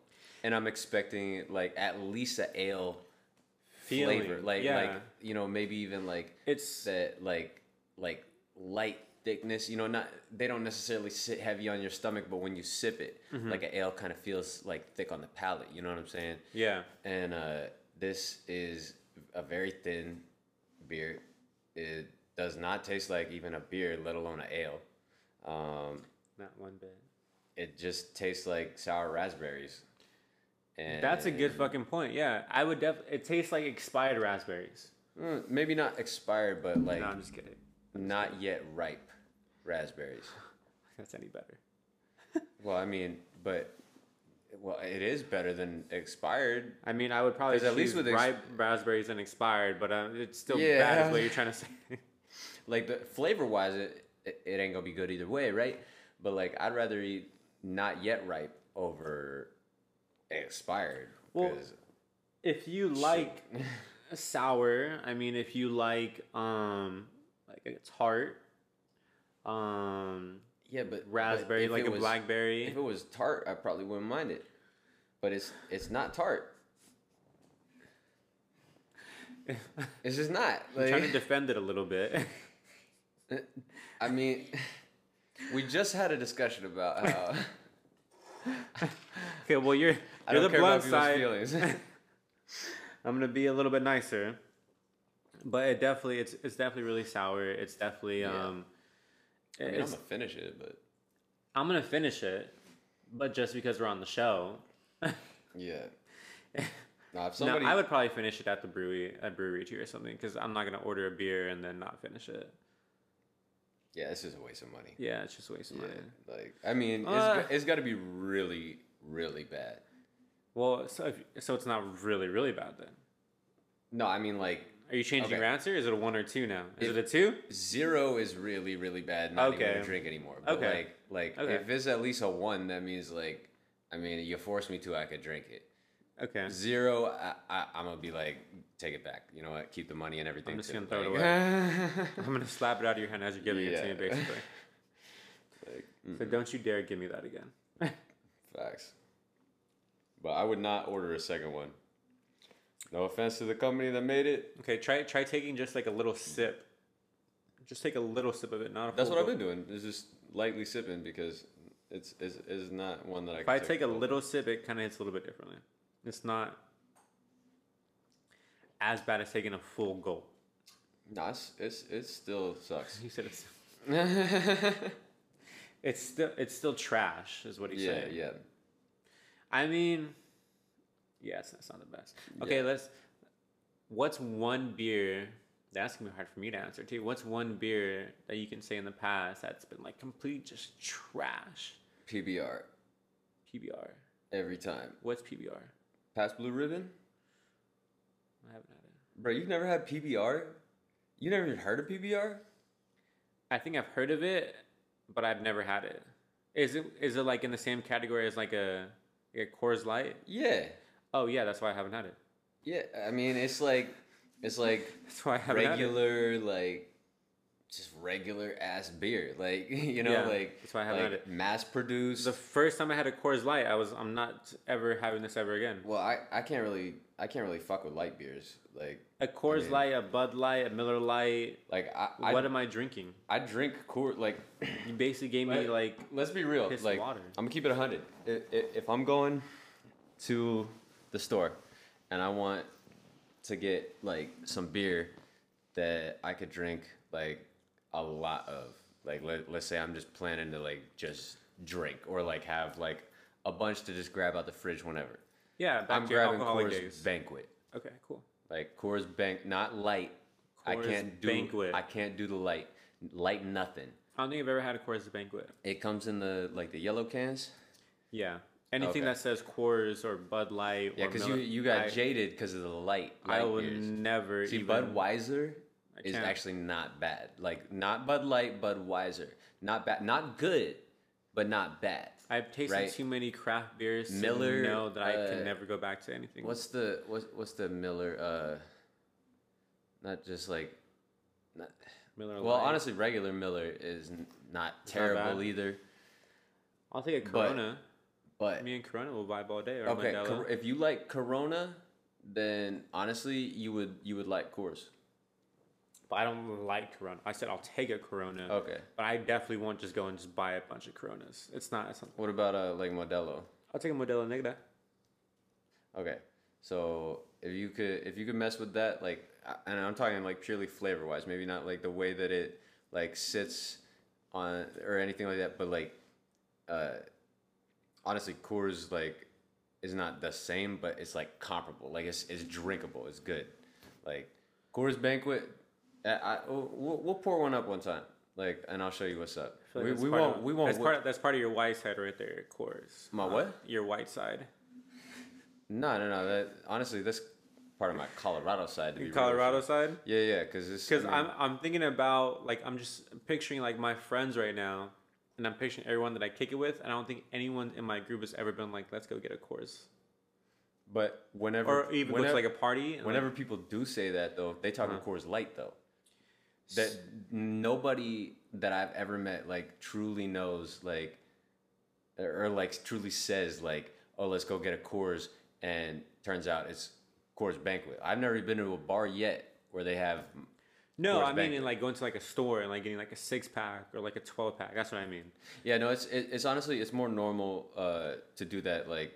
B: and I'm expecting like at least a ale
A: Feeling,
B: flavor, like like
A: yeah.
B: you know maybe even like
A: it's
B: that like like light thickness. You know, not they don't necessarily sit heavy on your stomach, but when you sip it,
A: Mm-hmm.
B: like an ale kind of feels like thick on the palate. You know what I'm saying?
A: yeah.
B: and uh, this is a very thin beer. It does not taste like even a beer, let alone an ale. Um,
A: Not one bit.
B: it just tastes like sour raspberries. And
A: That's a good fucking point. Yeah, I would def. It tastes like expired raspberries.
B: Mm, Maybe not expired, but like
A: no, I'm just kidding.
B: not yet ripe raspberries.
A: That's any better.
B: Well, I mean, but well, it is better than expired.
A: I mean, I would probably
B: 'Cause at least
A: choose
B: with ex-
A: ripe raspberries and expired, but uh, it's still bad.
B: Yeah.
A: Is what you're trying to say?
B: like the flavor wise it, it it ain't gonna be good either way right but like i'd rather eat not yet ripe over expired
A: Well,
B: 'cause
A: if you like sour, I mean, if you like um like it's tart, um
B: yeah but but
A: raspberry
B: if
A: like
B: it
A: a
B: was-
A: blackberry.
B: if it was tart i probably wouldn't mind it but it's it's not tart it's just not
A: I'm trying to
B: like,
A: defend it a little bit.
B: i mean we just had a discussion about how
A: okay, well you're
B: i
A: you're
B: don't
A: the
B: care
A: blunt
B: about people's
A: side.
B: feelings
A: I'm gonna be a little bit nicer. But it definitely it's it's definitely really sour. It's definitely
B: Yeah.
A: um
B: I mean, i'm
A: it's-
B: gonna finish it but
A: I'm gonna finish it, but just because we're on the show.
B: yeah Nah, if
A: No,
B: somebody
A: I would probably finish it at the brewery at brewery too or something, because I'm not gonna order a beer and then not finish it.
B: Yeah, it's just a waste of money.
A: Yeah, it's just wasting
B: Yeah,
A: money.
B: Like, I mean, it's
A: Uh.
B: go- it's got to be really, really bad.
A: Well, so if, so it's not really really bad then.
B: No, I mean, like,
A: Are you changing
B: Okay.
A: your answer? Is it a one or two now? Is
B: If-
A: it a two?
B: zero is really, really bad. Not even
A: Okay.
B: a drink anymore. But
A: Okay.
B: like, like
A: Okay.
B: if it's at least a one, that means like, I mean, you force me to, I could drink it.
A: Okay.
B: Zero, I, I, I'm gonna be like, take it back. You know what? Keep the money and everything.
A: just
B: too.
A: gonna throw it
B: Like,
A: I'm gonna slap it out of your hand as you're giving it to
B: Yeah.
A: me, basically.
B: like,
A: So don't you dare give me that again.
B: Facts. But I would not order a second one. No offense to the company that made it.
A: Okay, try try taking just like a little sip. Just take a little sip of it, not a
B: That's
A: full
B: what I've
A: gulp.
B: been doing. Is just lightly sipping because it's is is not one that I.
A: If I take a little sip, it kind of hits a little bit differently. It's not as bad as taking a full gulp.
B: no, it's, it's it still sucks.
A: He said it's
B: yeah,
A: it's still it's still trash, is what he said.
B: yeah.
A: I mean, yeah, it's, it's not the best. Okay,
B: Yeah.
A: let's. What's one beer? That's gonna be hard for me to answer too. What's one beer that you can say in the past that's been like complete just trash?
B: PBR
A: PBR.
B: every time.
A: What's PBR?
B: Past blue ribbon,
A: I haven't had it.
B: bro. You've never had PBR. You never even heard of PBR.
A: I think I've heard of it, but I've never had it. Is it is it like in the same category as like a like a Coors Light?
B: Yeah,
A: Oh yeah, that's why I haven't had it.
B: yeah. I mean, it's like it's like
A: That's why I haven't had it.
B: regular like just regular ass beer. Like you know,
A: Yeah,
B: like
A: that's why I haven't
B: like
A: had it.
B: Mass produced.
A: The first time I had a Coors Light, I was I'm not ever having this ever again.
B: well, I, I can't really I can't really fuck with light beers. Like
A: A Coors
B: mean-
A: Light, a Bud Light, a Miller Light.
B: like I I,
A: What am I drinking?
B: I drink cool like
A: You basically gave me like
B: let's be real
A: piss
B: like
A: water.
B: I'm gonna keep it hundred. If, if I'm going to the store and I want to get like some beer that I could drink like a lot of like let, let's say I'm just planning to like just drink or like have like a bunch to just grab out the fridge whenever.
A: yeah. Back
B: I'm
A: to your
B: grabbing
A: alcoholic
B: Coors
A: days.
B: Banquet.
A: okay, cool.
B: Like Coors Bank, not light. I
A: Coors
B: can't do.
A: Banquet.
B: I can't do the light. Light nothing.
A: I don't think I've ever had a Coors Banquet.
B: It comes in the like the yellow cans.
A: Yeah, anything
B: Okay.
A: that says Coors or Bud Light.
B: Yeah,
A: or
B: because you
A: Miller-
B: you got
A: I,
B: jaded because of the light.
A: I
B: light
A: will
B: beers.
A: never
B: See
A: even.
B: Budweiser.
A: I
B: is
A: can't-
B: actually not bad. Like not Bud Light, Budweiser, not bad, not good, but not bad.
A: I've tasted
B: right.
A: too many craft beers to
B: Miller,
A: know that I
B: uh,
A: can never go back to anything.
B: What's the what's what's the Miller? Uh, not just like, not,
A: Miller
B: well,
A: Lite.
B: honestly, regular Miller is n- not
A: not bad.
B: terrible either.
A: I'll take a
B: but-
A: Corona.
B: But
A: Me and Corona will vibe all day. Or
B: okay,
A: Modelo.
B: Cor- if you like Corona, then honestly, you would you would like Coors.
A: But I don't like Corona. I said I'll take a Corona.
B: Okay.
A: But I definitely won't just go and just buy a bunch of Coronas. It's not. It's not
B: What about uh like Modelo?
A: I'll take a Modelo Negra.
B: Okay, so if you could if you could mess with that, like, I- and I'm talking like purely flavor wise, maybe not like the way that it like sits on or anything like that, but like, uh, honestly, Coors like is not the same, but it's like comparable. Like it's it's drinkable. It's good. Like Coors Banquet, I, I we'll, we'll pour one up one time. Like, and I'll show you what's up.
A: I feel like
B: we
A: that's
B: we
A: part
B: won't
A: of-
B: we won't.
A: That's
B: wh-
A: part. That's part of your white side right there, Coors.
B: My
A: Uh,
B: what?
A: your white side.
B: no, no, no. That honestly, that's part of my Colorado side. To be
A: Your
B: real with you.
A: Colorado side.
B: Yeah, yeah, because this.
A: Because
B: I mean,
A: I'm I'm thinking about like I'm just picturing like my friends right now, and I'm picturing everyone that I kick it with, and I don't think anyone in my group has ever been like, let's go get a Coors,
B: But whenever,
A: or even
B: whenever,
A: goes to like a Uh-huh. party. and, like,
B: whenever people do say that though, they talk of Coors Light though. That nobody that I've ever met like truly knows like, or or, like truly says like, oh, let's go get a Coors, and turns out it's Coors Banquet. I've never been to a bar yet where they have.
A: no,
B: Coors
A: I mean
B: Banquet.
A: in like going to like a store and like getting like a six pack or like a twelve pack. That's what I mean.
B: Yeah, no, it's it, it's honestly it's more normal uh, to do that like,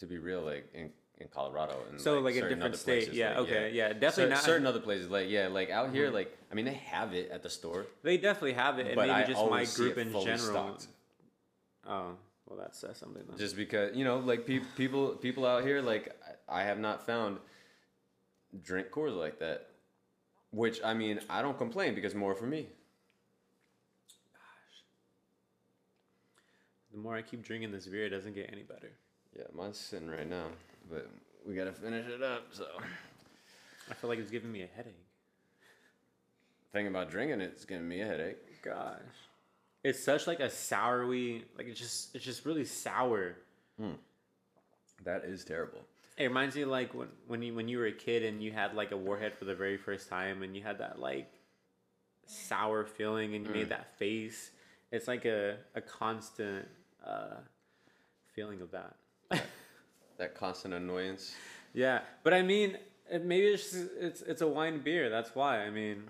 B: to be real like in. In Colorado, and
A: So like, a
B: certain
A: different
B: other
A: state.
B: places,
A: yeah.
B: like,
A: okay. Yeah. definitely
B: Cer-
A: not. Mm-hmm.
B: certain other places. Like yeah, like out here, like I mean, they have it at the store,
A: They definitely have it, and
B: but
A: maybe
B: I
A: just my
B: always
A: group
B: see it
A: in
B: fully
A: general.
B: stocked.
A: Oh, well, that says something. Then.
B: Just because you know, like pe- people people out here, like I I have not found drink Coors like that. Which I mean, I don't complain because more for me.
A: the more I keep drinking this beer, it doesn't get any better.
B: Yeah, mine's sitting right now, but we gotta finish it up. So
A: I feel like it's giving me a headache.
B: thinking about drinking it's giving me a headache.
A: Gosh, it's such like a soury, like it's just it's just really sour.
B: That is terrible.
A: It reminds me like when when you when you were a kid and you had like a warhead for the very first time, and you had that like sour feeling, and you made that face. It's like a a constant uh, feeling of that.
B: That constant annoyance.
A: Yeah, but I mean, it, maybe it's just, it's it's a wine beer. That's why. I mean,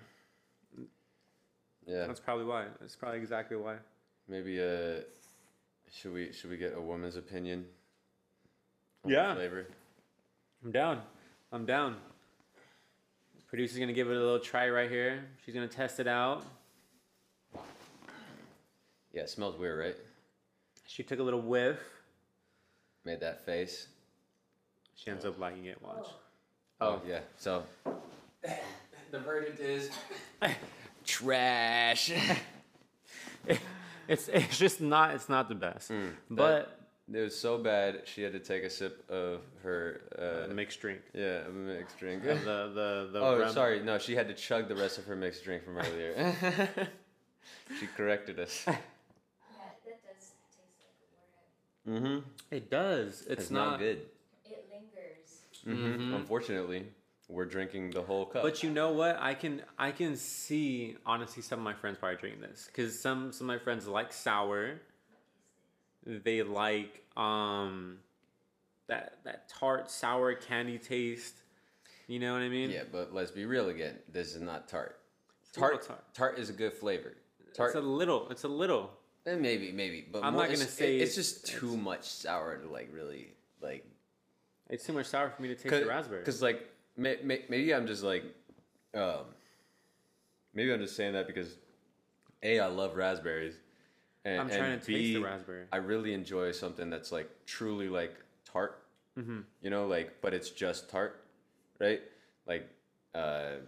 B: Yeah.
A: that's probably why. That's probably exactly why.
B: Maybe uh, should we should we get a woman's opinion? on the
A: Yeah.
B: Flavor.
A: I'm down. I'm down. Producer's gonna give it a little try right here. She's gonna test it out.
B: Yeah, it smells weird, right?
A: She took a little whiff.
B: Made that face.
A: She ends up liking it. Watch.
B: Oh, yeah. So the verdict is trash.
A: It's it's just not it's not the best.
B: Hmm,
A: but
B: it was so bad she had to take a sip of her
A: uh,
B: uh,
A: mixed drink.
B: yeah a mixed drink.
A: Uh, the the the.
B: oh,
A: rum-
B: sorry. No, she had to chug the rest of her mixed drink from earlier. she corrected us.
C: Yeah, that does taste like a warhead.
B: Mm-hmm.
A: It does. It's,
B: It's, not, good.
C: It lingers.
B: Mm-hmm. Unfortunately, we're drinking the whole cup.
A: But you know what? I can I can see honestly some of my friends probably drinking this because some some of my friends like sour. They like um that that tart sour candy taste. You know what I mean?
B: yeah, but let's be real again. This is not tart.
A: a little
B: Tart,
A: tart.
B: tart is a good flavor. Tart
A: It's a little. It's a little.
B: Eh, maybe, maybe, but
A: I'm
B: more-
A: not gonna
B: it's-
A: say
B: it- it's
A: it's-
B: just too much sour to like really like.
A: It's too much sour for me to taste the raspberry.
B: Because like may, may, maybe I'm just like, um, maybe I'm just saying that because a I love raspberries. And,
A: I'm
B: and
A: trying to taste
B: B,
A: the raspberry.
B: I really enjoy something that's like truly like tart. Mm-hmm. You know, like but it's just tart, right? Like, uh,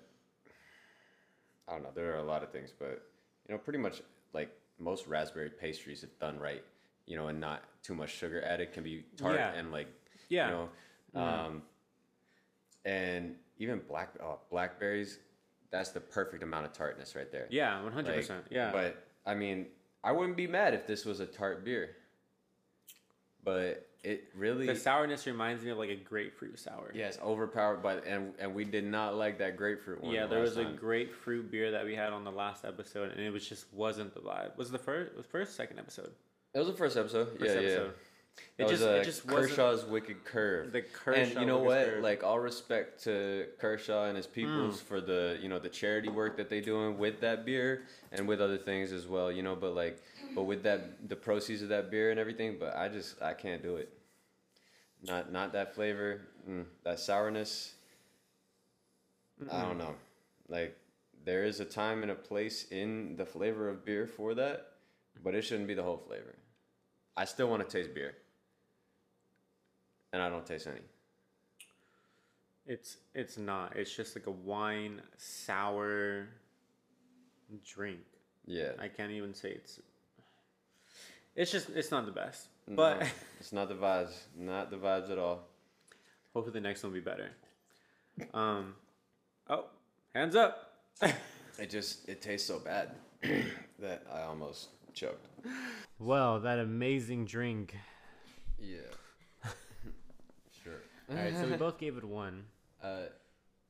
B: I don't know. There are a lot of things, but you know, pretty much like most raspberry pastries, if done right, you know, and not too much sugar added, can be tart
A: Yeah.
B: and like
A: Yeah. Mm-hmm.
B: you know, um, and even black oh, uh, blackberries. that's the perfect amount of tartness right there.
A: Yeah, one hundred
B: Like,
A: percent. Yeah,
B: But I mean, I wouldn't be mad if this was a tart beer. But it really
A: the sourness reminds me of like a grapefruit sour.
B: yes overpowered by and and we did not like that grapefruit one.
A: Yeah, there
B: last
A: was a
B: time.
A: grapefruit beer that we had on the last episode, and it was just wasn't the vibe. Was the first, was first, second episode,
B: It was the first episode.
A: first
B: yeah,
A: episode.
B: yeah.
A: It
B: It was,
A: just,
B: uh,
A: it just wasn't
B: Kershaw's wicked curve.
A: the Kershaw.
B: and you know
A: Lucas
B: what?
A: Curve.
B: Like all respect to Kershaw and his peoples for the you know the charity work that they doing with that beer and with other things as well. You know, but like, but with that the proceeds of that beer and everything. But I just I can't do it. Not not that flavor. Mm, that sourness. I don't know. Like there is a time and a place in the flavor of beer for that, but it shouldn't be the whole flavor. I still want to taste beer. And I don't taste any.
A: it's it's not. It's just like a wine sour drink.
B: Yeah.
A: I can't even say it's. It's just it's not the best, but
B: No, it's not the vibes. Not the vibes at all.
A: hopefully the next one will be better. Um, oh, hands up.
B: It just it tastes so bad that I almost choked.
A: well, that amazing drink.
B: Yeah. sure.
A: All right, so we both gave it one.
B: Uh,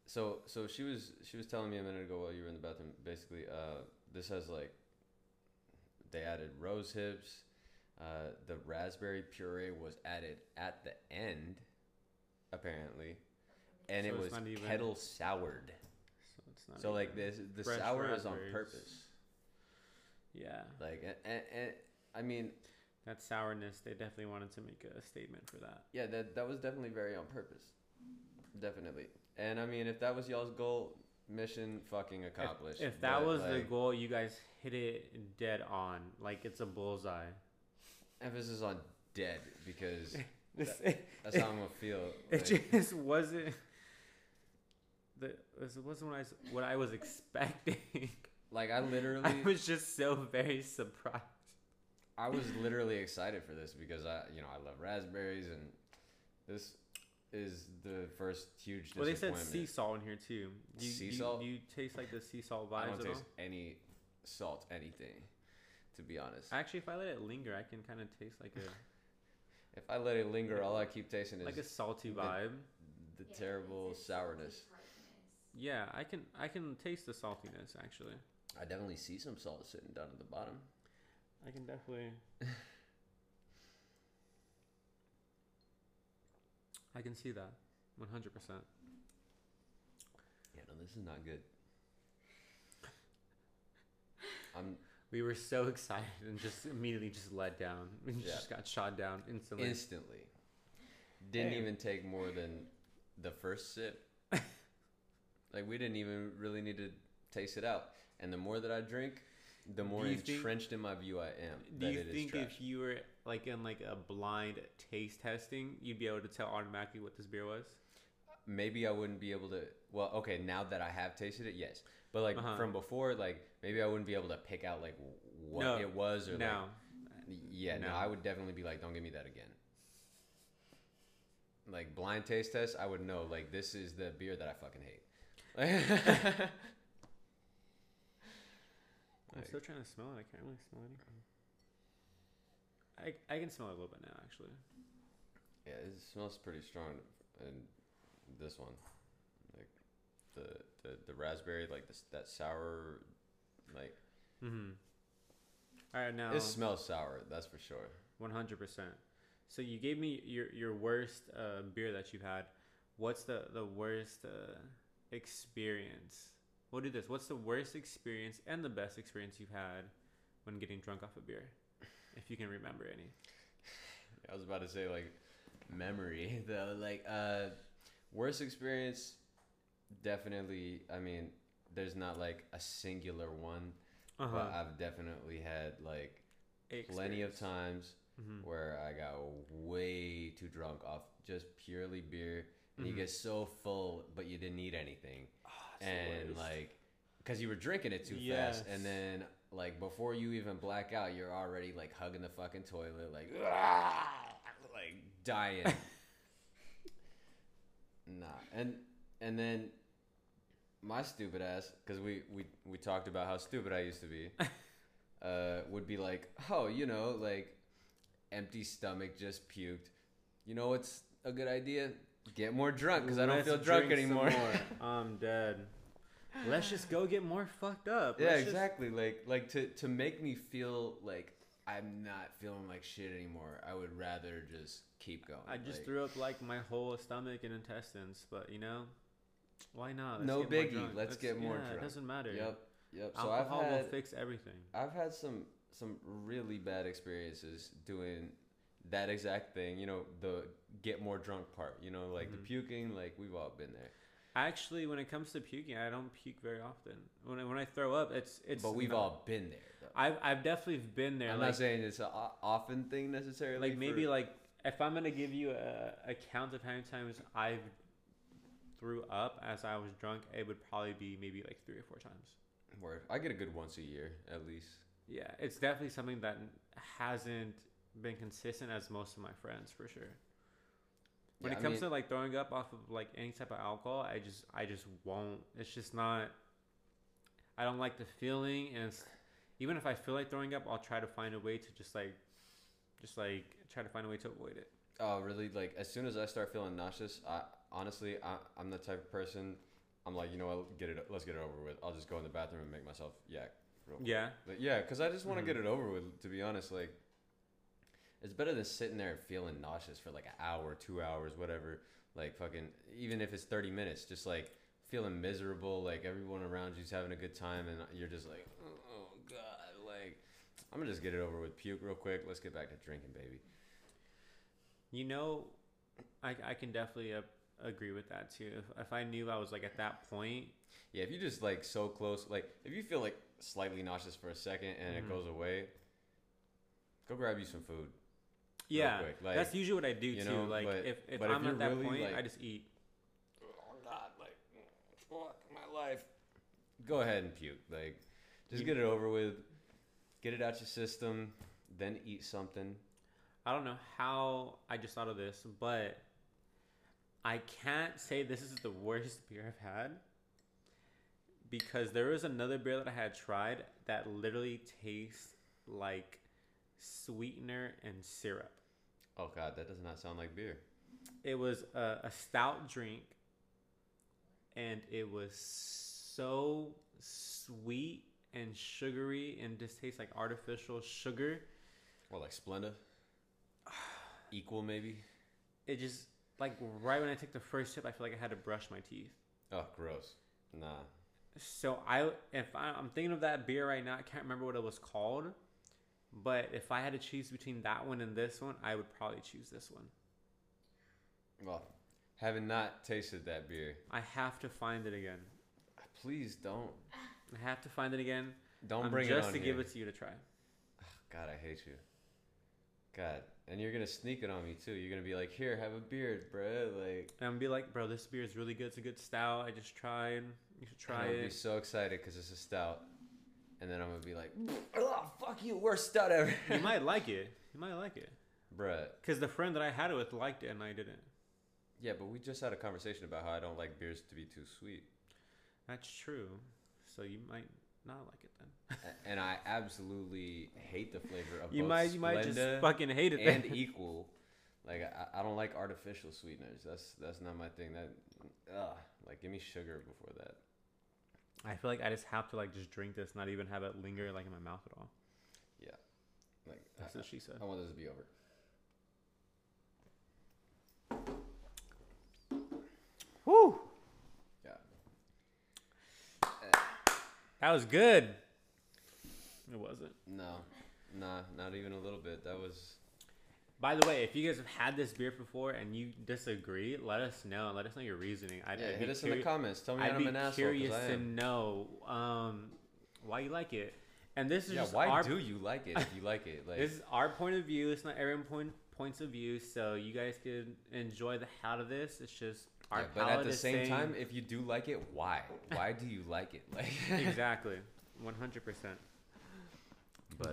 B: so so she was she was telling me a minute ago while you were in the bathroom. Basically, uh, this has like they added rose hips. Uh, the raspberry puree was added at the end, apparently, and
A: So
B: it
A: it's
B: was
A: not even-
B: kettle soured.
A: So, it's not
B: So like
A: even
B: this, the
A: fresh
B: sour is on
A: raspberries.
B: purpose.
A: Yeah,
B: Like and, and I mean,
A: that sourness. They definitely wanted to make a statement for that.
B: yeah, that that was definitely very on purpose. Definitely. And I mean, if that was y'all's goal, mission fucking
A: If-
B: accomplished.
A: If, that
B: But,
A: was the
B: like,
A: goal, you guys hit it dead on. Like it's a bullseye.
B: emphasis on dead because
A: This-
B: that's how I'm gonna feel.
A: it
B: like-
A: just wasn't. The, this wasn't what I, s- what I was expecting.
B: like I literally,
A: I was just so very surprised.
B: I was literally excited for this because I, you know, I love raspberries and this is the first huge
A: Well, they
B: disappointment.
A: said sea salt in here too. Do you,
B: Sea
A: do you-
B: salt?
A: Do you taste like the sea salt vibes
B: I don't
A: at
B: taste
A: all?
B: any salt, anything, to be honest.
A: Actually, if I let it linger, I can kind of taste like a
B: If I let it linger, all I keep tasting is
A: like a salty
B: the-
A: vibe.
B: the
C: Yeah, it's
B: terrible
C: a salty
B: sourness.
C: tartness.
A: Yeah, I can I can taste the saltiness actually.
B: I definitely see some salt sitting down at the bottom.
A: I can definitely. I can see that, one hundred percent.
B: Yeah, no, this is not good. I'm
A: We were so excited and just immediately just let down. We
B: Yeah.
A: just got shot down instantly.
B: instantly didn't
A: Hey.
B: even take more than the first sip. like we didn't even really need to taste it out. And the more that I drink, the more
A: Do you think-
B: entrenched in my view I am.
A: Do
B: that
A: you
B: it is
A: think
B: trash.
A: if you were like in like a blind taste testing, you'd be able to tell automatically what this beer was?
B: maybe I wouldn't be able to. Well, okay, now that I have tasted it, yes. But like
A: Uh-huh.
B: from before, like maybe I wouldn't be able to pick out like wh- what
A: No,
B: it was or
A: no,
B: like yeah. No.
A: No.
B: I would definitely be like, don't give me that again. Like blind taste test, I would know like this is the beer that I fucking hate.
A: I'm still trying to smell it. I can't really smell anything. I I can smell it a little bit now actually.
B: yeah, it smells pretty strong, and this one, like the the, the raspberry, like this that sour, like
A: Mm-hmm. All right, now
B: it smells sour. That's for sure.
A: One hundred percent. So you gave me your your worst uh, beer that you've had. What's the the worst uh, experience? We'll do this. What's the worst experience and the best experience you've had when getting drunk off a beer, if you can remember any?
B: I was about to say like memory though. Like uh worst experience definitely I mean, there's not like a singular one,
A: Uh
B: but I've definitely had like Uh-huh. plenty of times
A: Mm-hmm.
B: where I got way too drunk off just purely beer and
A: Mhm.
B: you get so full but you didn't eat anything
A: Ah,
B: and like because you were drinking it too fast
A: Yes.
B: and then like before you even black out you're already like hugging the fucking toilet like like dying nah and and then my stupid ass, because we, we we talked about how stupid I used to be, uh, would be like, oh, you know, like empty stomach, just puked. You know what's a good idea? Get more drunk, because I don't
A: Let's
B: feel drunk
A: drink some
B: anymore.
A: more. I'm dead. Let's just go get more fucked up.
B: yeah,
A: Let's just-
B: exactly. Like like to to make me feel like I'm not feeling like shit anymore. I would rather just keep going.
A: I just
B: like,
A: threw up like my whole stomach and intestines, but you know, why not?
B: No
A: get more
B: biggie.
A: drunk.
B: Let's get more
A: yeah, It
B: drunk.
A: doesn't matter.
B: Yep, yep. So I've
A: Alcohol
B: had
A: will fix everything.
B: I've had some some really bad experiences doing that exact thing. You know, the get more drunk part. You know, like
A: Mm-hmm.
B: the puking. Like we've all been there.
A: Actually, when it comes to puking, I don't puke very often. When I, when I throw up, it's it's.
B: but we've
A: not-
B: all been there. Though.
A: I've I've definitely been there.
B: I'm
A: like
B: not saying it's an often thing necessarily.
A: like maybe
B: for-
A: like if I'm gonna give you a, a count of how many times I've threw up as I was drunk, it would probably be maybe like three or four times.
B: Word. I get a good once a year at least.
A: Yeah, it's definitely something that hasn't been consistent as most of my friends for sure. When
B: Yeah,
A: it
B: I
A: comes
B: mean-
A: to like throwing up off of like any type of alcohol, I just I just won't. It's just not. I don't like the feeling, and it's, even if I feel like throwing up, I'll try to find a way to just like, just like try to find a way to avoid it.
B: Oh, really? Like as soon as I start feeling nauseous, I honestly I, I'm the type of person. I'm like, you know what? Get it. Let's get it over with. I'll just go in the bathroom and make myself yak. Real quick.
A: Yeah,
B: But yeah, because I just want to get it over with. To be honest, like it's better than sitting there and feeling nauseous for like an hour, two hours, whatever. Like fucking, even if it's thirty minutes, just like feeling miserable. Like everyone around you's having a good time, and you're just like, oh god, like I'm gonna just get it over with. Puke real quick. Let's get back to drinking, baby.
A: You know, I, I can definitely uh, agree with that too. If, if I knew I was like at that point,
B: Yeah, if you just like so close, like if you feel like slightly nauseous for a second and
A: Mm-hmm.
B: it goes away, go grab you some food.
A: yeah,
B: quick, like,
A: that's usually what I do
B: you
A: too.
B: know,
A: like
B: but-
A: if, if
B: but if
A: I'm
B: you're
A: at that
B: really,
A: point, I
B: like-
A: just eat.
B: oh god, like fuck my life. Go ahead and puke. Like just
A: You-
B: get it over with. Get it out your system, then eat something.
A: I don't know how I just thought of this, but I can't say this is the worst beer I've had because there was another beer that I had tried that literally tastes like sweetener and syrup.
B: Oh god, that does not sound like beer.
A: it was a, a stout drink and it was so sweet and sugary and just tastes like artificial sugar
B: Or like Splenda. Equal maybe.
A: it just like right when i took the first sip i feel like i had to brush my teeth
B: Oh, gross. Nah.
A: so i if I, i'm thinking of that beer right now i can't remember what it was called but if i had to choose between that one and this one i would probably choose this one
B: Well, having not tasted that beer,
A: i have to find it again
B: please don't
A: i have to find it again
B: don't
A: I'm
B: bring
A: just
B: it on
A: to
B: here.
A: give it to you to try
B: God, I hate you. God, and you're gonna sneak it on me too. You're gonna be like, "Here, have a beer, bruh. Like,
A: and I'm be like, bro, this beer is really good. It's a good stout. I just tried. You should
B: and
A: try
B: I'm gonna be
A: it.
B: so excited because it's a stout, and then I'm gonna be like, "Oh, fuck you, worst stout ever."
A: you might like it. You might like it.
B: Bruh.
A: Cause the friend that I had it with liked it and I didn't.
B: Yeah, but we just had a conversation about how I don't like beers to be too sweet,
A: That's true. So you might not like it then.
B: A- and I absolutely hate the flavor of
A: You
B: both
A: might you might just
B: Splenda
A: fucking hate it
B: and
A: then.
B: equal. Like, I, I don't like artificial sweeteners. That's that's not my thing. That, ugh. Like, give me sugar before that.
A: I feel like I just have to like just drink this, not even have it linger like in my mouth at all.
B: Like,
A: That's
B: I,
A: what she said.
B: I want this to be over.
A: Woo!
B: Yeah.
A: That was good. It wasn't.
B: No, nah, not even a little bit. That was
A: By the way, if you guys have had this beer before and you disagree, let us know. Let us know your reasoning. I'd,
B: yeah.
A: I'd
B: Hit
A: be
B: us in the
A: curi-
B: comments. Tell me
A: I'd
B: that
A: be
B: I'm an asshole. 'cause
A: curious
B: I
A: to
B: am.
A: know um, why you like it. And this is
B: Yeah,
A: just
B: why
A: our,
B: do you like it? If you like it, like
A: this is our point of view. It's not everyone's point points of view, so you guys can enjoy the hell of this. It's just our
B: yeah, but at
A: palate
B: the
A: is
B: same
A: saying-
B: time, if you do like it, why? Why do you like it? Like
A: exactly, one hundred percent.
B: But, uh,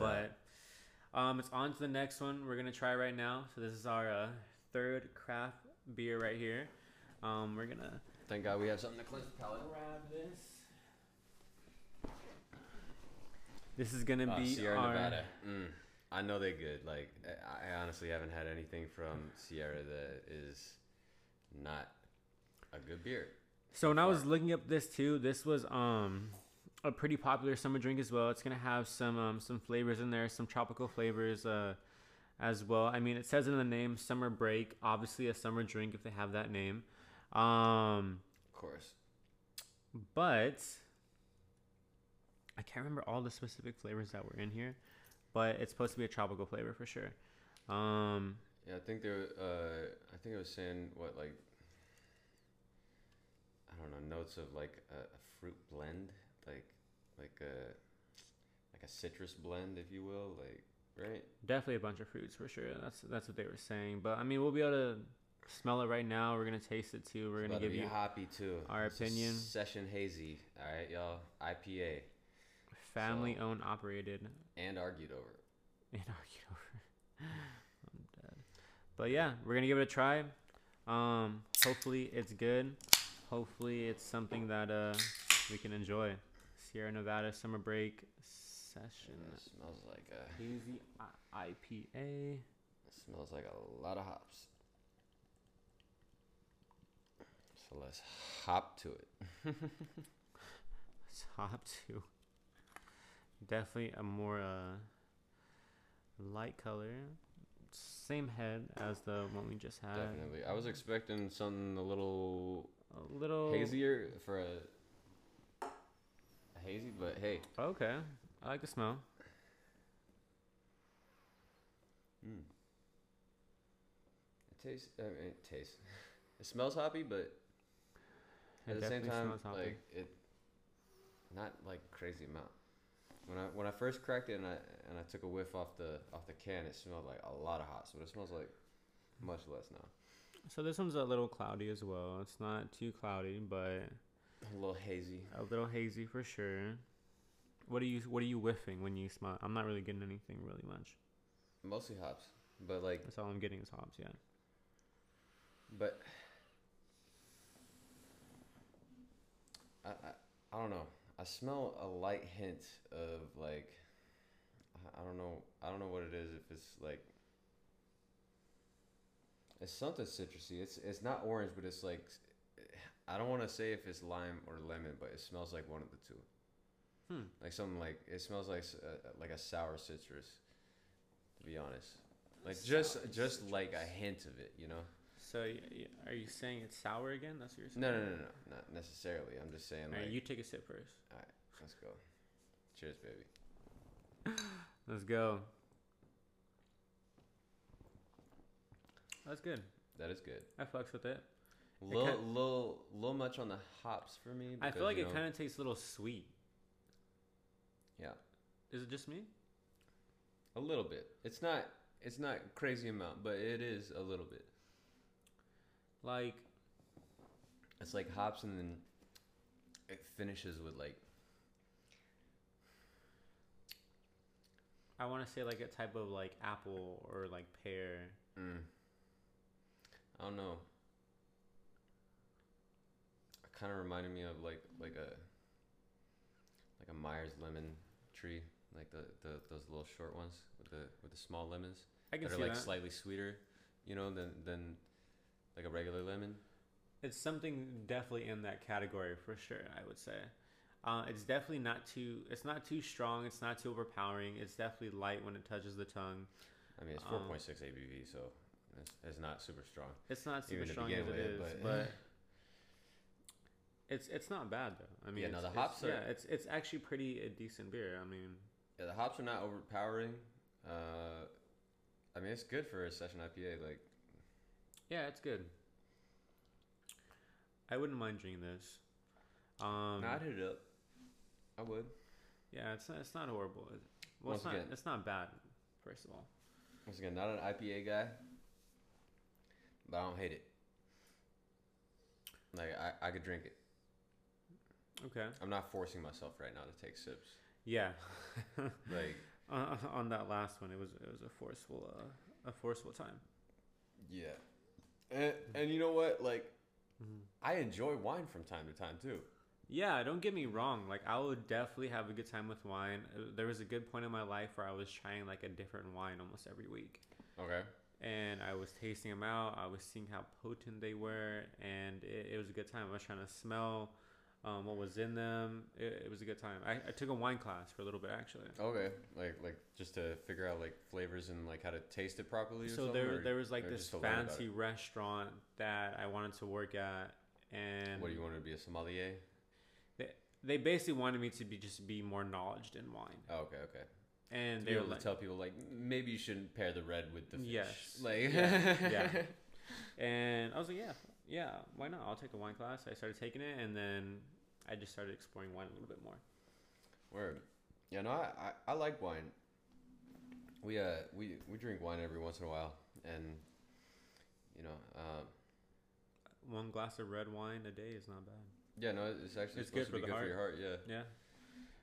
A: But um, it's on to the next one. We're gonna try right now. So this is our uh, third craft beer right here. Um, we're gonna
B: Thank God we have something to cleanse the palate.
A: Grab this. This is gonna
B: Uh,
A: be
B: Sierra
A: our-
B: Nevada. Mm. I know they're good. Like I I honestly haven't had anything from Sierra that is not a good beer.
A: So when I was
B: far.
A: looking up this too, this was um a pretty popular summer drink as well. It's gonna have some um, some flavors in there, some tropical flavors uh, as well. I mean, it says it in the name, summer break. Obviously, a summer drink if they have that name. Um,
B: Of course.
A: but I can't remember all the specific flavors that were in here. But it's supposed to be a tropical flavor for sure. Um,
B: Yeah, I think there. Uh, I think I was saying what like. I don't know notes of like a, a fruit blend, like like a like a citrus blend, if you will, like right.
A: Definitely a bunch of fruits for sure. That's that's what they were saying. But I mean, we'll be able to smell it right now. We're gonna taste it too. We're
B: It's
A: gonna
B: about to
A: give
B: be
A: you
B: hoppy too.
A: our
B: It's a
A: opinion.
B: Session hazy. All right, y'all. IPA
A: family-owned, operated,
B: and argued over.
A: and argued over. I'm dead. But yeah, we're gonna give it a try. Um, hopefully it's good. Hopefully it's something that uh we can enjoy. Sierra Nevada summer break session.
B: It smells like a
A: Hazy I- IPA.
B: it smells like a lot of hops. So let's hop to it.
A: top two. Definitely a more uh, light color. Same head as the one we just had.
B: Definitely. I was expecting something a little
A: A little
B: hazier for a, a hazy, but hey,
A: Okay, I like the smell. Hmm.
B: it tastes. I mean, it tastes. It smells hoppy, but
A: It
B: at the same
A: definitely
B: time,
A: smells hoppy.
B: like it, not like crazy amount. When I when I first cracked it and I and I took a whiff off the off the can, it smelled like a lot of hops, but it smells like much less now.
A: so this one's a little cloudy as well. It's not too cloudy, but
B: A little hazy.
A: a little hazy for sure. What are you What are you whiffing when you smell? I'm not really getting anything really much.
B: Mostly hops, but like,
A: That's all I'm getting is hops. Yeah.
B: but I, I, I don't know. I smell a light hint of like, I- I don't know. I don't know what it is. If it's like, it's something citrusy. It's it's not orange, but it's like, I don't want to say if it's lime or lemon, but it smells like one of the two.
A: Hmm.
B: Like something like it smells like s- uh, like a sour citrus. To be honest, like just
A: Sour
B: just like a
A: citrus.
B: hint of it, you know.
A: So y- y- are you saying it's sour again? That's what you're saying.
B: No, no, no, no, not necessarily. I'm just saying,
A: All
B: like,
A: right, you take a sip first.
B: let's go. Cheers, baby.
A: Let's go. That's good.
B: That is good.
A: I fucks with it.
B: Little,
A: kinda-
B: little, little much on the hops for me.
A: I feel
B: because,
A: like
B: you
A: it
B: know,
A: kind of tastes a little sweet.
B: Yeah.
A: Is it just me?
B: a little bit. It's not, it's not crazy amount, but it is a little bit.
A: Like,
B: It's like hops, and then it finishes with like
A: I want to say like a type of like apple or like pear.
B: Mm. I don't know. It kind of reminded me of like like a like a Myers lemon tree, like the, the those little short ones with the with the small lemons
A: I can
B: that
A: see
B: are like
A: that.
B: slightly sweeter, you know, than than like a regular lemon.
A: it's something definitely in that category for sure. I would say. Uh, it's definitely not too. It's not too strong. It's not too overpowering. It's definitely light when it touches the tongue.
B: I mean, it's
A: Um,
B: 4.6 ABV, so it's, it's not super strong.
A: It's not super
B: Even to
A: strong as
B: begin
A: it
B: with,
A: is,
B: but-
A: but it's it's not bad though. I mean,
B: Yeah, no,
A: it's,
B: the
A: it's-
B: hops are-
A: yeah, it's it's actually pretty a decent beer. I mean,
B: Yeah, the hops are not overpowering. Uh, I mean, it's good for a session IPA. Like,
A: yeah, it's good. I wouldn't mind drinking this. Um,
B: I'd hit it up. I would.
A: yeah, it's not it's not horrible. It- Well, it's
B: Once
A: not
B: again-
A: it's not bad. First of all,
B: Once again, not an IPA guy, but I don't hate it. Like I, I could drink it.
A: okay,
B: I'm not forcing myself right now to take sips.
A: yeah.
B: Like
A: uh, on that last one, it was it was a forceful uh, a forceful time.
B: yeah, and and you know what? Like
A: Mm-hmm.
B: I enjoy wine from time to time too.
A: Yeah, don't get me wrong. Like I would definitely have a good time with wine. Uh, There was a good point in my life where I was trying like a different wine almost every week.
B: Okay.
A: And I was tasting them out. I was seeing how potent they were, and it, it was a good time. I was trying to smell um, what was in them. It, it was a good time. I, I took a wine class for a little bit actually.
B: Okay. Like like just to figure out like flavors and like how to taste it properly. Or
A: So
B: something,
A: there,
B: or-
A: there was like
B: or
A: this
B: just to learn about
A: fancy
B: it?
A: restaurant that I wanted to work at, and
B: What do you want to be a sommelier?
A: They, they basically wanted me to be just be more knowledgeable in wine,
B: Oh, okay, okay.
A: and
B: be
A: they were
B: able
A: like,
B: to tell people like maybe you shouldn't pair the red with the fish.
A: Yes.
B: Like
A: Yeah, yeah. and I was like, yeah, yeah, why not? I'll take a wine class. I started taking it, and then I just started exploring wine a little bit more.
B: Word. Yeah, no, I, I, I like wine. We uh we, we drink wine every once in a while and you know, um
A: One glass of red wine a day is not bad.
B: yeah, no, it's actually
A: It's
B: supposed
A: good
B: to be
A: for
B: good
A: the
B: for your heart, yeah.
A: Yeah,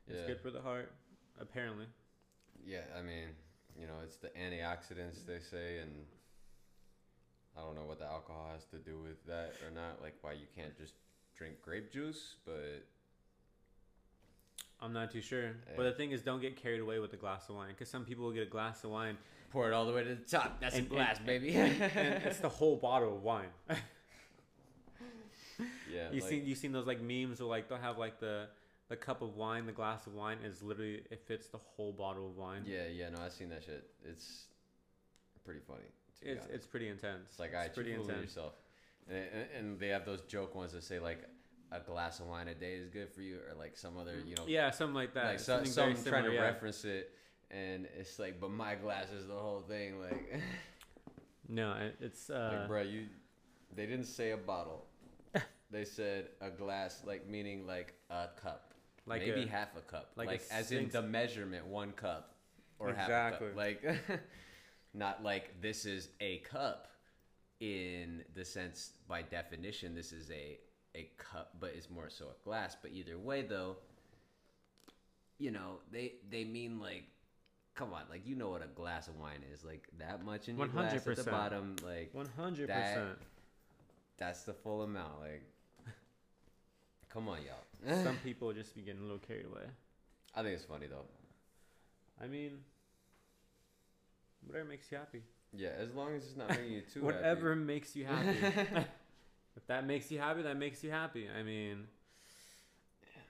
A: it's
B: yeah.
A: good for the heart, apparently.
B: Yeah, I mean, you know, it's the antioxidants they say, and I don't know what the alcohol has to do with that or not. Like, why you can't just drink grape juice, but
A: I'm not too sure, but
B: Yeah.
A: the thing is, don't get carried away with a glass of wine, because some people will get a glass of wine
B: pour it all the way to the top. That's
A: And-
B: a glass,
A: and-
B: baby.
A: and it's the whole bottle of wine.
B: yeah,
A: you
B: like,
A: seen you seen those like memes where like they'll have like the the cup of wine, the glass of wine is literally it fits the whole bottle of wine.
B: yeah, yeah. No, I've seen that shit. It's pretty funny. To be
A: it's
B: honest.
A: it's pretty intense.
B: It's like I
A: it's pretty
B: you fool
A: intense.
B: yourself, and, and, and they have those joke ones that say like a glass of wine a day is good for you, or like some other you know
A: Yeah, something like that.
B: like so,
A: something
B: some
A: very
B: trying
A: similar,
B: to
A: yeah.
B: reference it, and it's like, but my glass is the whole thing. Like,
A: No, it, it's uh,
B: like, bro, you. They didn't say a bottle. they said a glass, like meaning like a cup,
A: Like
B: maybe
A: a-
B: half a cup,
A: like
B: like,
A: a
B: as in
A: six-
B: the measurement one cup or
A: Exactly.
B: half a cup, like not like this is a cup in the sense by definition this is a a cup but it's more so a glass but either way though you know they they mean like come on like you know what a glass of wine is like that much in your glass at the
A: 100%.
B: bottom like
A: one hundred percent.
B: that's the full amount like come on y'all
A: Some people just be getting a little carried away.
B: i think it's funny though
A: I mean, whatever makes you happy.
B: yeah as long as it's not making you too
A: Whatever makes you happy. if that makes you happy, that makes you happy. I mean,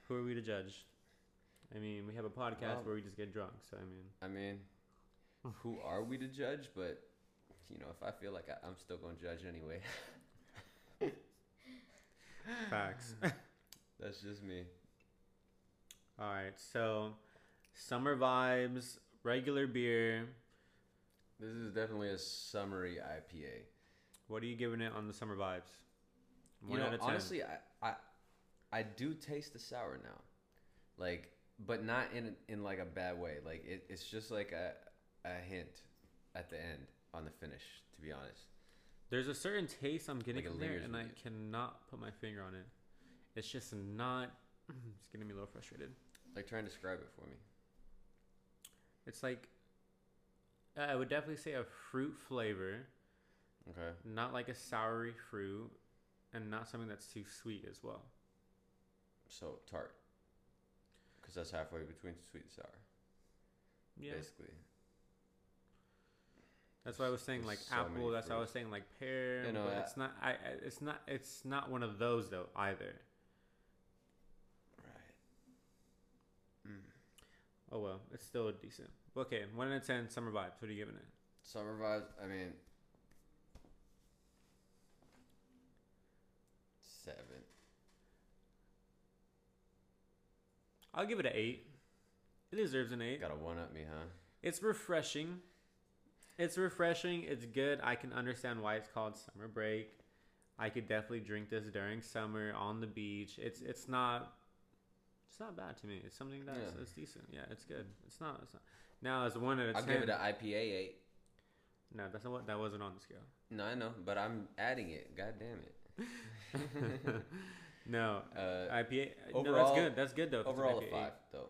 A: who are we to judge? I mean, we have a podcast
B: Well-
A: where we just get drunk, so I mean,
B: I mean, who are we to judge? But you know, if I feel like I, I'm still gonna judge anyway,
A: facts.
B: that's just me.
A: All right, so summer vibes, regular beer.
B: This is definitely a summary IPA.
A: What are you giving it on the summer vibes?
B: You know, honestly, I, I I do taste the sour now, like, but not in in like a bad way. Like it, it's just like a a hint at the end on the finish. To be honest,
A: There's a certain taste I'm getting
B: Like, it
A: in there,
B: lingers
A: and
B: with
A: I
B: you.
A: cannot put my finger on it. It's just not. It's getting me a little frustrated.
B: like try and describe it for me.
A: It's like I would definitely say a fruit flavor,
B: Okay.
A: not like a soury fruit, and not something that's too sweet as well.
B: So tart, because that's halfway between sweet and sour,
A: Yeah,
B: basically.
A: that's what I was saying. Like
B: there's so
A: apple.
B: many
A: That's what I
B: fruits.
A: was saying. Like pear.
B: You know,
A: but
B: I-
A: it's not. I. I- It's not. It's not one of those though either.
B: Right.
A: Oh well, it's still decent. Okay, one out of ten summer vibes. What are you giving it?
B: Summer vibes. I mean, seven.
A: I'll give it an eight. It deserves an eight.
B: Got to one up me, huh?
A: It's refreshing. It's refreshing. It's good. I can understand why it's called summer break. I could definitely drink this during summer on the beach. It's it's not it's not bad to me. It's something that's
B: Yeah.
A: it's decent. Yeah, it's good. It's not. It's not. Now as one out of
B: I'll
A: ten.
B: give it an IPA eight.
A: no, that's not what that wasn't on the scale.
B: No, I know, but I'm adding it. God damn it.
A: No,
B: Uh,
A: IPA. no, that's
B: overall-
A: good. That's good though. if it's an
B: overall, a
A: IPA.
B: five though.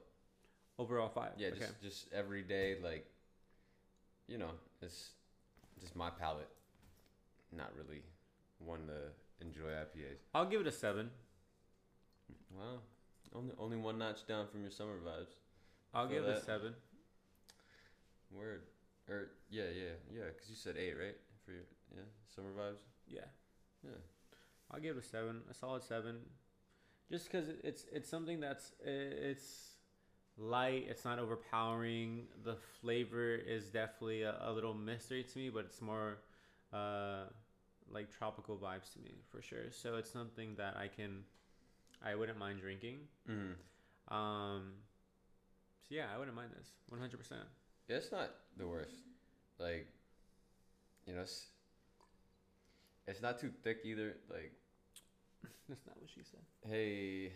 A: Overall five.
B: Yeah,
A: okay.
B: just just every day, like, you know, it's just my palate. Not really one to enjoy IPAs.
A: I'll give it a seven.
B: Wow, only only one notch down from your summer vibes.
A: I'll
B: Feel
A: give it a
B: that.
A: seven.
B: Word, or yeah, yeah, yeah. Cause you said eight, right? For your yeah summer vibes.
A: Yeah.
B: Yeah.
A: I'll give it a seven, a solid seven, just because it's it's something that's i- it's light, it's not overpowering. The flavor is definitely a, a little mystery to me, but it's more uh, like tropical vibes to me for sure. So it's something that I can, I wouldn't mind drinking.
B: Mm.
A: Um, so yeah, I wouldn't mind this one hundred percent.
B: Yeah, it's not the worst. Like, you know, it's, it's not too thick either. Like,
A: That's not what she said.
B: hey,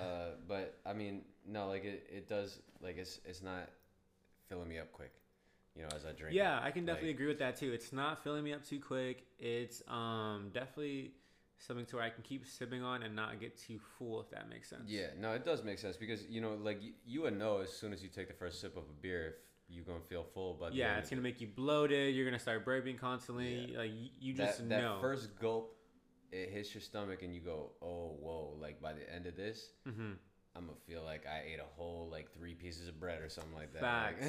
B: uh, but I mean, no, like it, it does. Like it's it's not filling me up quick. You know, as I drink. it.
A: Yeah, I can definitely
B: Like-
A: agree with that too. It's not filling me up too quick. It's um definitely something to where I can keep sipping on and not get too full, if that makes sense.
B: Yeah, no, it does make sense because you know, like you, you would know as soon as you take the first sip of a beer if you're gonna feel full. But
A: Yeah, it's gonna make you bloated. You're gonna start burping constantly. Like y- you just
B: that,
A: know.
B: that first gulp, it hits your stomach and you go, oh whoa! Like by the end of this,
A: Mhm.
B: I'm gonna feel like I ate a whole like three pieces of bread or something like that.
A: Facts.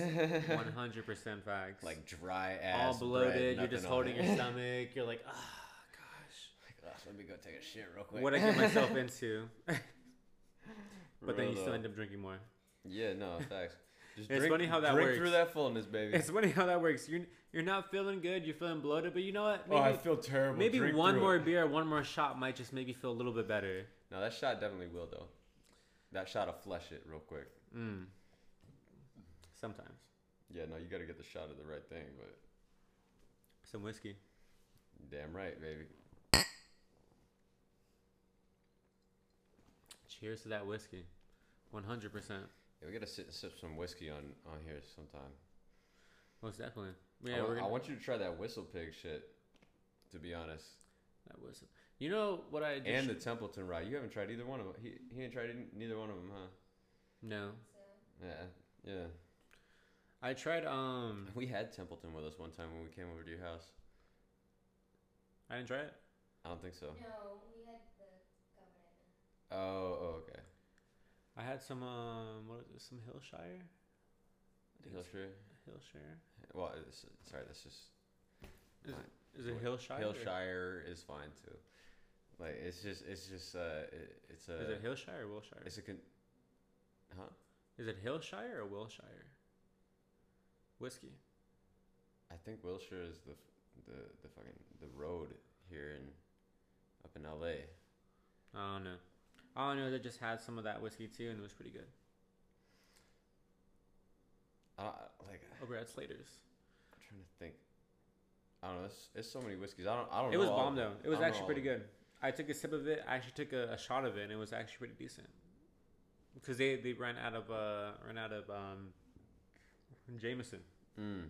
B: Like,
A: One hundred percent facts.
B: like dry
A: all
B: ass,
A: bloated.
B: bread,
A: you're just
B: nothing on
A: holding
B: it.
A: your stomach. You're like, ah, gosh,
B: Like, "Ugh, let me go take a shit real quick.
A: what I get myself into. but then
B: Real
A: you still
B: though.
A: end up drinking more.
B: Yeah, no, facts. Just
A: It's
B: drink,
A: funny how that
B: drink
A: works.
B: through that fullness, baby.
A: It's funny how that works. You're you're not feeling good. You're feeling bloated, but you know what?
B: oh, I
A: Maybe-
B: feel terrible.
A: Maybe
B: Drink
A: one
B: through
A: more
B: it.
A: beer, one more shot might just make you feel a little bit better.
B: No, that shot definitely will though. That shot will flush it real quick.
A: Mm. Sometimes.
B: Yeah, no, you got to get the shot of the right thing, but
A: Some whiskey.
B: damn right, baby.
A: Cheers to that whiskey. 100%.
B: Yeah, we got to sit and sip some whiskey on on here sometime.
A: Most definitely.
B: I
A: Yeah,
B: wa-
A: we're
B: I
A: gonna,
B: want you to try that whistle pig shit. To be honest,
A: that was. You know what I just.
B: and the Templeton rye. You haven't tried either one of them. He he ain't tried any- neither one of them, huh?
A: no.
C: So,
B: Yeah, yeah.
A: I tried, um.
B: We had Templeton with us one time when we came over to your house.
A: I didn't try it.
B: I don't think so.
C: no, we had the governor.
B: Oh, oh okay.
A: I had some, um. What is it? Some Hillshire? I think it's
B: Hillshire.
A: Hillshire.
B: Well, it's, sorry, that's just
A: Is it
B: Wait,
A: Hillshire? or-
B: Hillshire is fine too. Like it's just it's just uh it, it's a
A: Is it Hillshire or Wilshire?
B: it's a con- huh
A: Is it Hillshire or Wilshire? Whiskey.
B: I think Wilshire is the f- the the fucking the road here in up in L.A.
A: I don't know. I don't know. They just had some of that whiskey too, and it was pretty good.
B: I don't, like
A: Over at Slater's.
B: I'm trying to think. I don't know. It's, it's so many whiskeys. I don't. I don't.
A: It was
B: know all
A: bomb
B: of
A: though.
B: them.
A: It was
B: I don't know
A: actually
B: all
A: pretty
B: of them.
A: good. I took a sip of it. I actually took a, a shot of it, and it was actually pretty decent. Because they, they ran out of uh ran out of um Jameson.
B: Mm.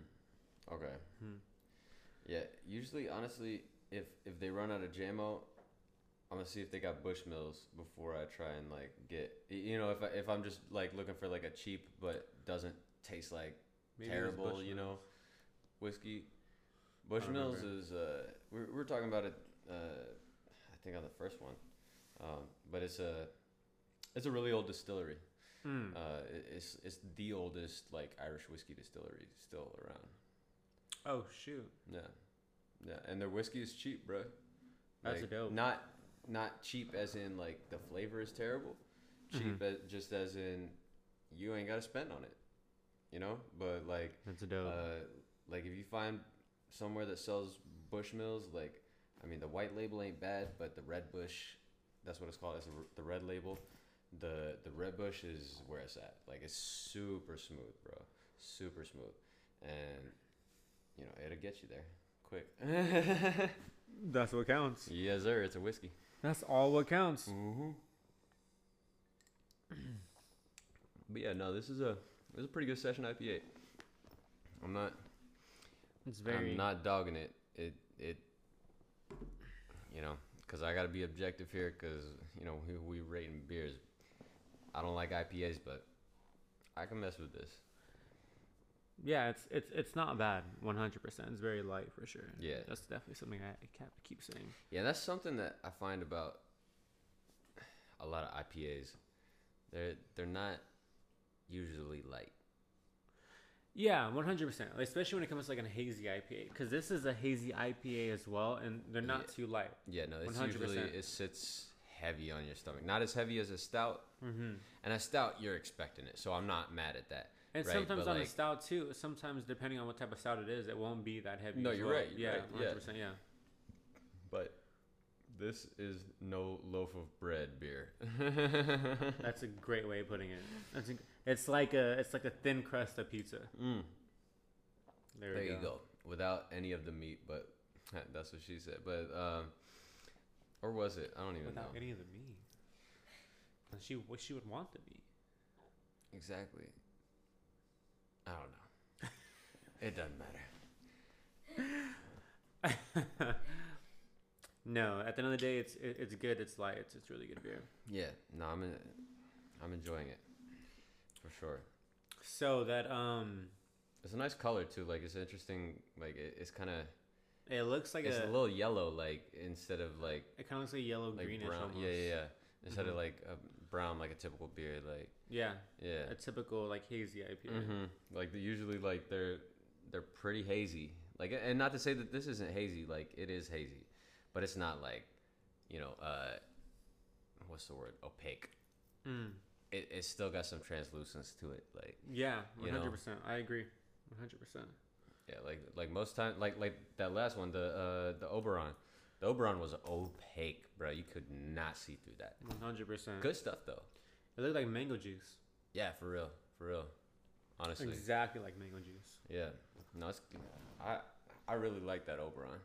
B: Okay.
A: Hmm.
B: Yeah. Usually, honestly, if if they run out of JMO, I'm gonna see if they got Bushmills before I try and like get. y- You know, if I, if I'm just like looking for like a cheap but doesn't taste like
A: Maybe it was
B: terrible, you
A: Bushmills.
B: know, whiskey.
A: don't remember.
B: Bushmills is uh, we're we're talking about it. Uh, I think on the first one, um, but it's a it's a really old distillery.
A: Mm.
B: Uh, it- it's it's the oldest like Irish whiskey distillery still around.
A: Oh shoot,
B: Yeah, yeah, and their whiskey is cheap, bro.
A: That's
B: like,
A: dope.
B: Not not cheap as in like the flavor is terrible. Cheap
A: Mm-hmm.
B: as, just as in you ain't gotta spend on it, you know. But like
A: that's a dope.
B: uh, like if you find somewhere that sells Bushmills, like I mean the white label ain't bad, but the red bush, that's what it's called. It's the, r- the red label. The the red bush is where it's at. Like it's super smooth, bro. Super smooth, and you know it'll get you there quick.
A: Uh, that's what counts.
B: yes, sir. It's a whiskey.
A: That's all what counts.
B: Mm-hmm. But yeah, no, this is a this is a pretty good session IPA. I'm not
A: It's very
B: I'm not dogging it. It it you know, cuz I got to be objective here cuz you know, we, we rating beers. I don't like IPAs, but I can mess with this.
A: yeah, it's it's it's not bad. One hundred percent. It's very light for sure.
B: Yeah.
A: that's definitely something I kept keep saying.
B: Yeah, that's something that I find about a lot of IPAs. They're they're not usually light.
A: Yeah, one hundred percent. Especially when it comes to like a hazy IPA, because this is a hazy IPA as well, and they're not too light.
B: Yeah, no, it's
A: 100%.
B: usually it sits heavy on your stomach. Not as heavy as a stout.
A: Mm-hmm.
B: And a stout you're expecting it, so I'm not mad at that.
A: And
B: right?
A: sometimes
B: But,
A: on
B: like,
A: a stout too. Sometimes depending on what type of stout it is, it won't be that heavy.
B: No,
A: as
B: you're
A: well.
B: right, you're
A: yeah,
B: right, yeah.
A: 100%, yeah.
B: But this is no loaf of bread beer.
A: That's a great way of putting it. That's a, it's like a it's like a thin crust of pizza.
B: Mm.
A: There,
B: There
A: we
B: you go. Without any of the meat, but that's what she said. But um, or was it? I don't even
A: Without
B: know.
A: any of the meat. And she wish she would want the meat.
B: Exactly. I don't know. it doesn't matter.
A: no, at the end of the day, it's it, it's good. It's light. It's it's really good beer.
B: Yeah. No, I'm in, I'm enjoying it for sure.
A: So that um,
B: It's a nice color too. Like it's interesting. Like it, it's kind of
A: it looks like
B: it's
A: a,
B: a little yellow. Like instead of like
A: it kind of looks like yellow
B: like
A: greenish
B: brown.
A: almost.
B: Yeah, yeah, yeah. Instead
A: Mhm.
B: of like a brown, like a typical beer. Like
A: Yeah,
B: yeah.
A: a typical like hazy IPA.
B: hmm Like they usually like they're they're pretty hazy. Like and not to say that this isn't hazy. Like it is hazy, but it's not like you know uh, what's the word opaque.
A: Mm.
B: It it's still got some translucence to it. Like
A: Yeah,
B: You
A: one
B: know.
A: hundred percent. I agree, one hundred percent.
B: yeah, like like most time like like that last one the uh the Oberon. The Oberon was opaque, bro. You could not see through that.
A: One hundred percent.
B: Good stuff though.
A: It looked like mango juice.
B: Yeah, for real, for real. Honestly,
A: Exactly like mango juice.
B: yeah. No, it's I I really like that Oberon.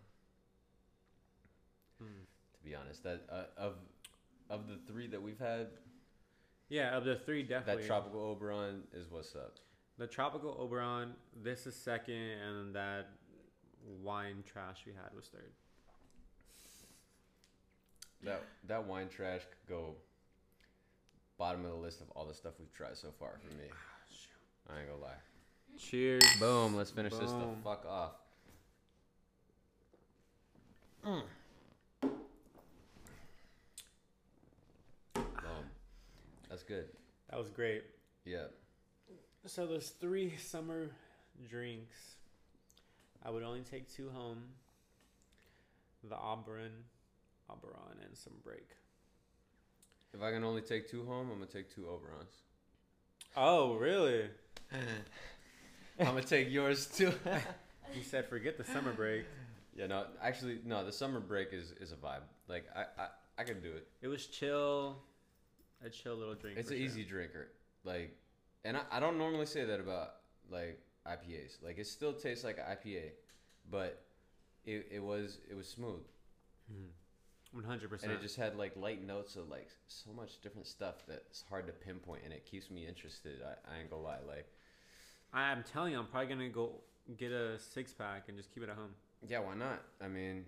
A: Mm.
B: to be honest. That uh, of of the three that we've had,
A: Yeah, of the three, definitely
B: that tropical Oberon is what's up.
A: the tropical Oberon. This is second, and that wine trash we had was third.
B: That that wine trash could go bottom of the list of all the stuff we've tried so far for me. I ain't gonna lie.
A: Cheers.
B: Boom. Let's finish this the
A: Boom.
B: fuck off.
A: Mm.
B: Boom. That's good.
A: That was great.
B: Yeah.
A: So those three summer drinks, I would only take two home. The Oberon, Oberon, and some break.
B: If I can only take two home, I'm gonna take two Oberons.
A: Oh, really?
B: I'm gonna take yours too.
A: You said forget the summer break.
B: Yeah, no, actually, no. The summer break is is a vibe. Like I I, I can do it.
A: It was chill, a chill little drink.
B: It's
A: for
B: an
A: sure.
B: easy drinker. Like, and I, I don't normally say that about like IPAs. Like it still tastes like an IPA, but it, it was it was smooth
A: One hundred
B: and it
A: percent.
B: just had like light notes of like so much different stuff that's hard to pinpoint and it keeps me interested. I, I ain't gonna lie. Like
A: I'm telling you, I'm probably gonna go get a six pack and just keep it at home.
B: yeah, why not? I mean,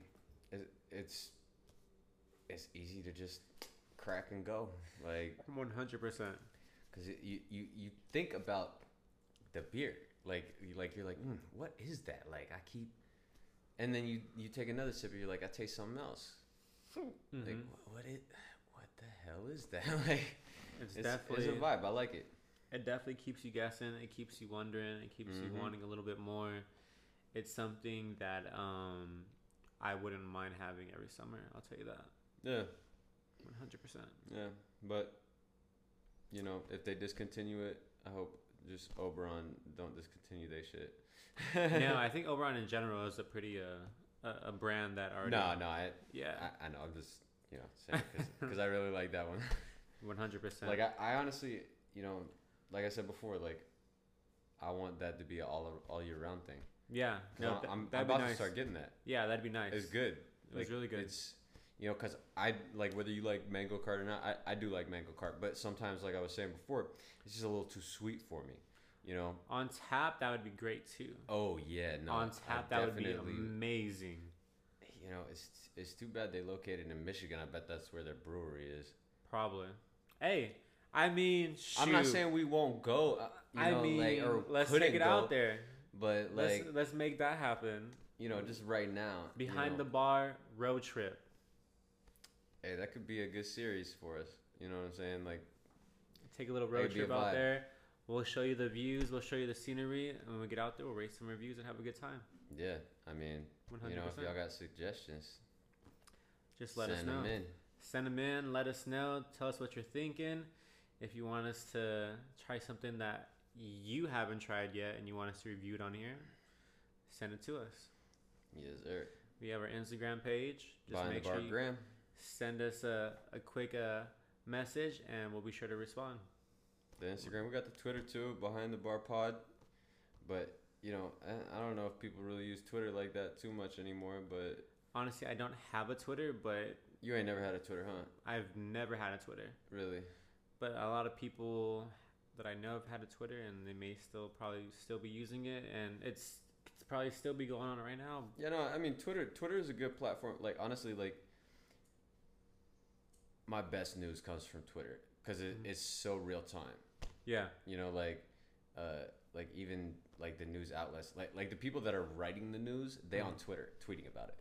B: it, it's it's easy to just crack and go. Like
A: One hundred percent.
B: because you, you you think about the beer like you like you're like mm, what is that like I keep and then you you take another sip and you're like I taste something else like
A: Mm-hmm.
B: what, what it what the hell is that like
A: It's,
B: it's,
A: definitely
B: it's a vibe I like it
A: it definitely keeps you guessing. It keeps you wondering. It keeps
B: Mhm.
A: you wanting a little bit more. It's something that um I wouldn't mind having every summer. I'll tell you that.
B: yeah
A: One hundred percent.
B: yeah but you know if they discontinue it I hope just Oberon don't discontinue they shit
A: No, I think Oberon in general is a pretty uh a, a brand that already.
B: no no I,
A: Yeah.
B: I I know I'm just you know saying because I really like that one.
A: One hundred percent.
B: Like I, I honestly, you know, like I said before, like I want that to be an all all year round thing.
A: Yeah.
B: 'Cause
A: No.
B: I'm,
A: th-
B: I'm, I'm
A: that'd be
B: about to
A: nice.
B: start getting that.
A: Yeah, that'd be nice.
B: It's good.
A: It was
B: Like,
A: really good.
B: It's you know, cause I like whether you like mango cart or not. I, I do like mango cart, but sometimes, like I was saying before, it's just a little too sweet for me. You know.
A: On tap, that would be great too.
B: Oh yeah, no.
A: On
B: I
A: tap, that would be
B: definitely-
A: amazing.
B: You know, it's it's too bad they located in Michigan. I bet that's where their brewery is.
A: Probably. Hey, I mean, shoot.
B: I'm not saying we won't go. uh, you
A: I
B: know,
A: mean,
B: like, or
A: let's
B: couldn't
A: take it
B: go.
A: out there.
B: But like
A: let's, uh, let's make that happen.
B: you know, just right now, you
A: Behind
B: know,
A: the bar road trip.
B: Hey, that could be a good series for us. You know what I'm saying? Like
A: Take a little
B: That'd
A: road
B: be a
A: trip out
B: vibe.
A: there. We'll show you the views. We'll show you the scenery. And when we get out there, we'll rate some reviews and have a good time.
B: yeah, I mean,
A: One
B: you
A: hundred
B: know, if y'all
A: percent.
B: got suggestions,
A: Just let us
B: send
A: know.
B: them in.
A: Send them in. Let us know. Tell us what you're thinking. If you want us to try something that you haven't tried yet and you want us to review it on here, send it to us.
B: Yes, sir.
A: We have our Instagram page. Just
B: Behind
A: make
B: the bar,
A: sure you
B: Graham.
A: send us a, a quick uh, message and we'll be sure to respond.
B: The Instagram, we got the Twitter too. Behind the bar pod, but you know, I, I don't know if people really use Twitter like that too much anymore. But
A: Honestly, I don't have a Twitter, but
B: you ain't never had a Twitter, huh?
A: I've never had a Twitter.
B: Really?
A: But a lot of people that I know have had a Twitter and they may still probably still be using it and it's it's probably still be going on right now.
B: Yeah, no, I mean Twitter Twitter is a good platform. Like honestly, like my best news comes from Twitter cuz it,
A: Mhm.
B: it's so real time.
A: Yeah.
B: You know like uh like even like the news outlets like like the people that are writing the news, they
A: Mm.
B: on Twitter tweeting about it.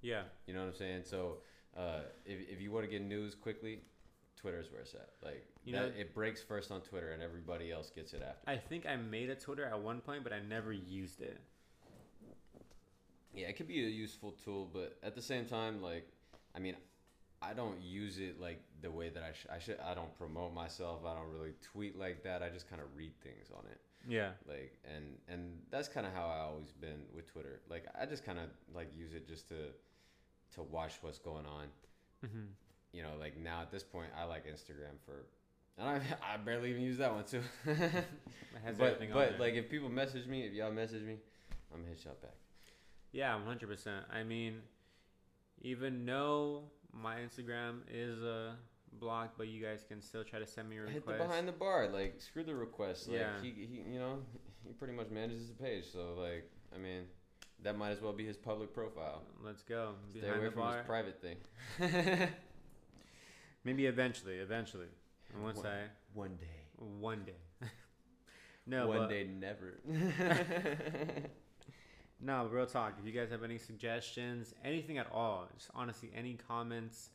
A: Yeah.
B: You know what I'm saying? So uh if if you want to get news quickly, Twitter's where it's at. Like
A: You
B: that,
A: know-
B: it breaks first on Twitter and everybody else gets it after.
A: I think I made a Twitter at one point, but I never used it.
B: Yeah, it could be a useful tool, but at the same time, like, I mean, I don't use it like the way that I, sh- I should. I don't promote myself. I don't really tweet like that. I just kind of read things on it,
A: Yeah.
B: like, and and that's kind of how I always been with Twitter. Like, I just kind of like use it just to to watch what's going on.
A: hmm
B: You know, like now at this point, I like Instagram for, and I I barely even use that one too.
A: It has
B: but
A: everything on
B: but
A: there.
B: like if people message me, if y'all message me, I'm gonna hit y'all back.
A: Yeah, one hundred percent. I mean, even though my Instagram is uh, blocked, but you guys can still try to send me a request.
B: hit the behind the bar. Like screw the request. Like
A: Yeah.
B: he, he, you know, he pretty much manages the page. So like, I mean, that might as well be his public profile.
A: Let's go
B: Stay
A: behind
B: away
A: the
B: from
A: bar.
B: his private thing.
A: Maybe eventually, eventually, and once
B: One-
A: I
B: One day.
A: one day. no,
B: One
A: but,
B: day, never.
A: No, real talk. If you guys have any suggestions, anything at all, just honestly, any comments,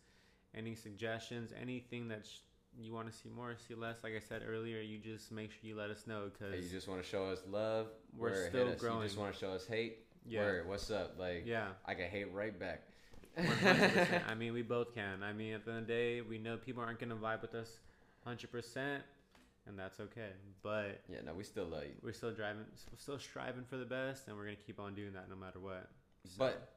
A: any suggestions, anything that sh- you want to see more, see less. Like I said earlier, you just make sure you let us know
B: Hey, you
A: because
B: just want to show us love.
A: We're
B: word, hit
A: still
B: us. You just
A: growing.
B: want to show us hate.
A: yeah,
B: Word, what's up? Like,
A: yeah.
B: I can hate right back.
A: 100%. I mean, we both can. I mean, at the end of the day, we know people aren't going to vibe with us 100%, and that's okay. But
B: yeah, no, we still love you.
A: we're still driving, we're still striving for the best, and we're going to keep on doing that no matter what. So,
B: But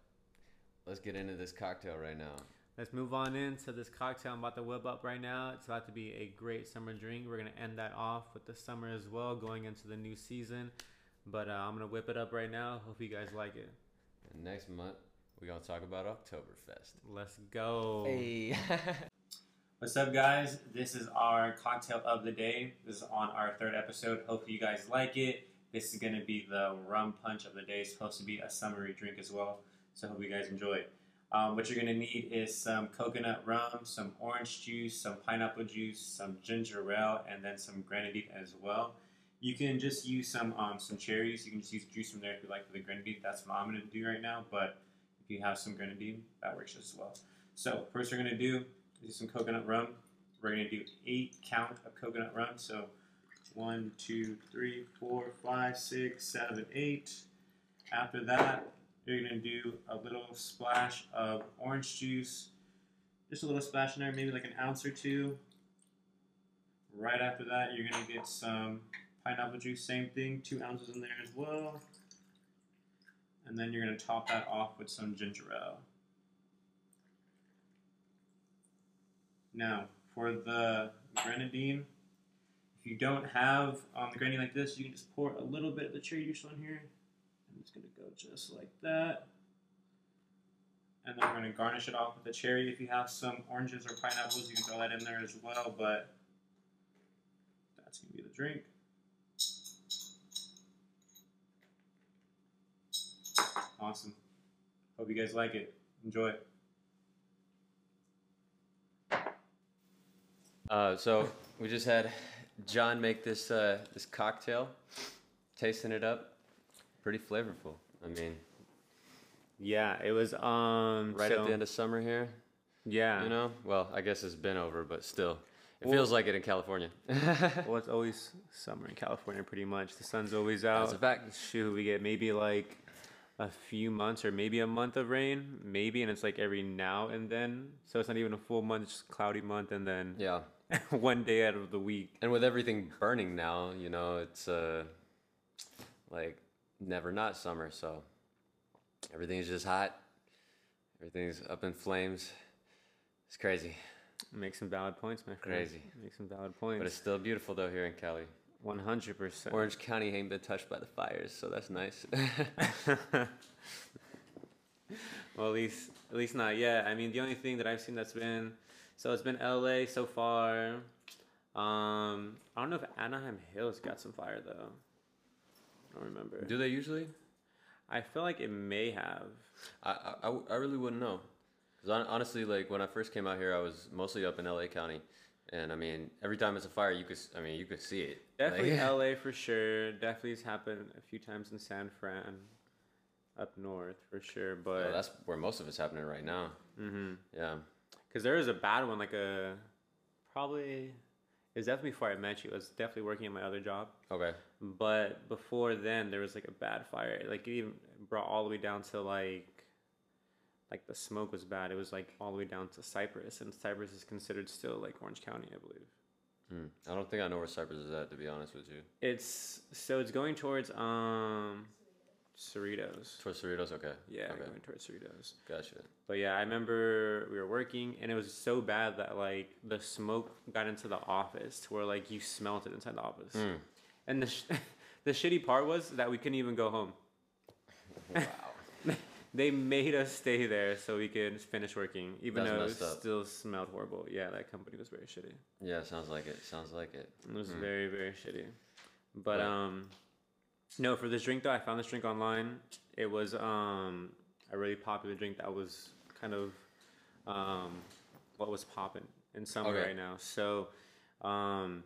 B: let's get into this cocktail right now.
A: let's move on into this cocktail I'm about to whip up right now. It's about to be a great summer drink. We're going to end that off with the summer as well, going into the new season. But uh, I'm going to whip it up right now. Hope you guys like it.
B: And next month, we're going to talk about Oktoberfest.
A: Let's go.
B: Hey.
A: What's up, guys? This is our cocktail of the day. This is on our third episode. Hopefully, you guys like it. This is going to be the rum punch of the day. It's supposed to be a summery drink as well. So, hope you guys enjoy it. Um, what you're going to need is some coconut rum, some orange juice, some pineapple juice, some ginger ale, and then some grenadine as well. You can just use some um, some cherries. You can just use juice from there if you like for the grenadine. That's what I'm going to do right now. But if you have some grenadine, that works as well. So, first, we're going to do do some coconut rum. We're gonna do eight count of coconut rum. So one, two, three, four, five, six, seven, eight. After that, you're gonna do a little splash of orange juice. Just a little splash in there, maybe like an ounce or two. Right after that, you're gonna get some pineapple juice, same thing, two ounces in there as well. And then you're gonna top that off with some ginger ale. Now, for the grenadine, if you don't have um, the grenadine like this, you can just pour a little bit of the cherry juice on here. I'm just going to go just like that. And then we're going to garnish it off with the cherry. If you have some oranges or pineapples, you can throw that in there as well, but that's going to be the drink. Awesome. Hope you guys like it. Enjoy.
B: Uh, so we just had John make this uh, this cocktail, tasting it up. pretty flavorful. I mean,
A: Yeah, it was um
B: right
A: so-
B: at the end of summer here,
A: yeah.
B: you know. Well, I guess it's been over, but still, it
A: Well-
B: feels like it in California.
A: Well, it's always summer in California, pretty much. The sun's always out.
B: a fact.
A: Shoot, we get maybe like a few months or maybe a month of rain, maybe, and it's like every now and then. So it's not even a full month, it's just cloudy month, and then
B: yeah,
A: one day out of the week.
B: and with everything burning now, you know, it's uh, like never not summer. So everything's just hot. Everything's up in flames. It's crazy,
A: Make some valid points, my friend.
B: Crazy.
A: Make some valid
B: but it's
A: points.
B: still beautiful though here in Cali.
A: One hundred percent.
B: Orange County ain't been touched by the fires, so that's nice.
A: Well, at least at least not yet. I mean, the only thing that I've seen that's been so it's been LA so far. Um, I don't know if Anaheim Hills got some fire though. I don't remember.
B: Do they usually?
A: I feel like it may have.
B: I, I- I, w- I really wouldn't know. Because honestly, like when I first came out here, I was mostly up in LA County. And I mean, every time it's a fire, you could, s- I mean, you could see it.
A: Definitely
B: Like,
A: LA for sure. Definitely has happened a few times in San Fran, up north for sure. But
B: so that's where most of it's happening right now.
A: hmm
B: Yeah.
A: Because there was a bad one, like a probably it was definitely before I met you. I was definitely working at my other job,
B: Okay.
A: but before then there was like a bad fire. Like it even brought all the way down to like like the smoke was bad. It was like all the way down to Cypress, and Cypress is considered still like Orange County, I believe.
B: Hmm. I don't think I know where Cypress is at, to be honest with you.
A: It's so it's going towards um Cerritos.
B: Towards Cerritos? Okay.
A: Yeah,
B: Okay.
A: going towards Cerritos.
B: Gotcha.
A: But yeah, I remember we were working and it was so bad that like the smoke got into the office to where like you smelt it inside the office.
B: Hmm.
A: And the sh- the shitty part was that we couldn't even go home.
B: Wow.
A: They made us stay there so we could finish working, even
B: That's
A: though it
B: messed up.
A: still smelled horrible. Yeah, that company was very shitty.
B: yeah, sounds like it. Sounds like it.
A: It was
B: Hmm.
A: very very shitty. But
B: Right.
A: um, no, for this drink though, I found this drink online. It was um a really popular drink that was kind of um what was popping in summer
B: Okay.
A: right now. So um,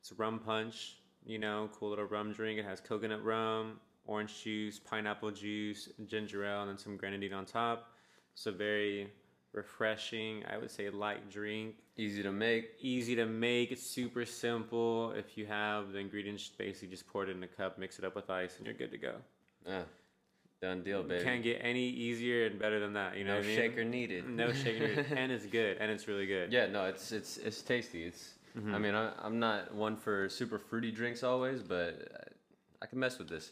A: it's rum punch. You know, cool little rum drink. It has coconut rum, orange juice, pineapple juice, ginger ale, and then some grenadine on top. So very refreshing. I would say light drink
B: Easy to make.
A: easy to make. It's super simple. If you have the ingredients, basically just pour it in a cup, mix it up with ice, and you're good to go.
B: Yeah. Ah. Done deal, baby.
A: Can't get any easier and better than that. You know
B: no
A: what I mean?
B: shaker needed.
A: No shaker, needed. and it's good, and it's really good.
B: Yeah, no, it's it's it's tasty. It's I mean, I, I'm not one for super fruity drinks always, but I, I can mess with this.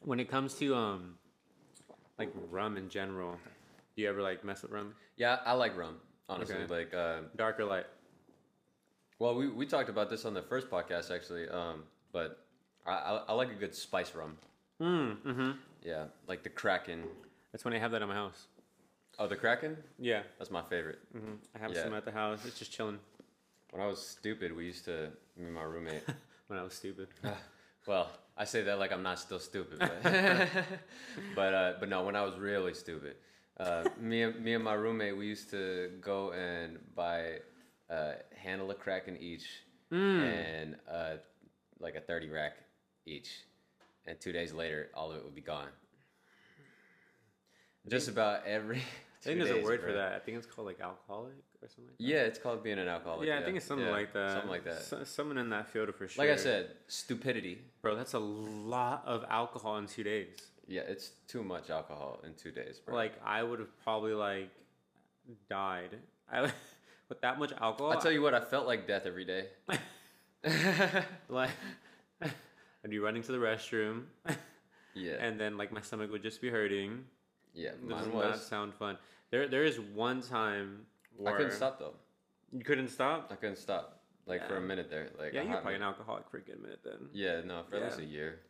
A: When it comes to um, like rum in general, do you ever like mess with rum?
B: Yeah, I like rum. Honestly,
A: Okay.
B: like uh,
A: Dark or light?
B: well, we, we talked about this on the first podcast actually, um, but I, I I like a good spice rum.
A: Mm, mm-hmm.
B: Yeah, like the Kraken.
A: That's when I have that at my house.
B: Oh, the Kraken.
A: Yeah,
B: That's my favorite.
A: hmm I have
B: Yeah.
A: some at the house. It's just chilling.
B: When I was stupid, we used to me and my roommate.
A: When I was stupid.
B: well, I say that like I'm not still stupid, but but, uh, but no, when I was really stupid, uh, me and me and my roommate we used to go and buy a handle of Kraken each
A: Hmm. Mm.
B: and uh, like a thirty rack each, and two days later, all of it would be gone. Just about every.
A: I think
B: two
A: there's a
B: days,
A: word for
B: bro.
A: that. I think it's called like alcoholic or something. Like that.
B: Yeah, it's called being an alcoholic.
A: yeah, I think it's something
B: yeah,
A: like that.
B: Something like that.
A: So- someone in that field for sure.
B: Like I said, stupidity.
A: bro, that's a lot of alcohol in two days.
B: Yeah, it's too much alcohol in two days, bro.
A: Like I would have probably like died. I with that much alcohol.
B: I'll tell you what, I felt like death every day.
A: like I'd be running to the restroom,
B: Yeah.
A: and then like my stomach would just be hurting.
B: yeah,
A: It does
B: mine
A: not
B: was.
A: sound fun. There, there is one time
B: I
A: where
B: couldn't stop though.
A: You couldn't stop.
B: I couldn't stop. Like for a
A: Yeah.
B: minute there. Like
A: Yeah,
B: a
A: you were
B: hot
A: probably an
B: minute.
A: alcoholic for a good minute then.
B: Yeah, no, for at least a
A: Yeah.
B: year.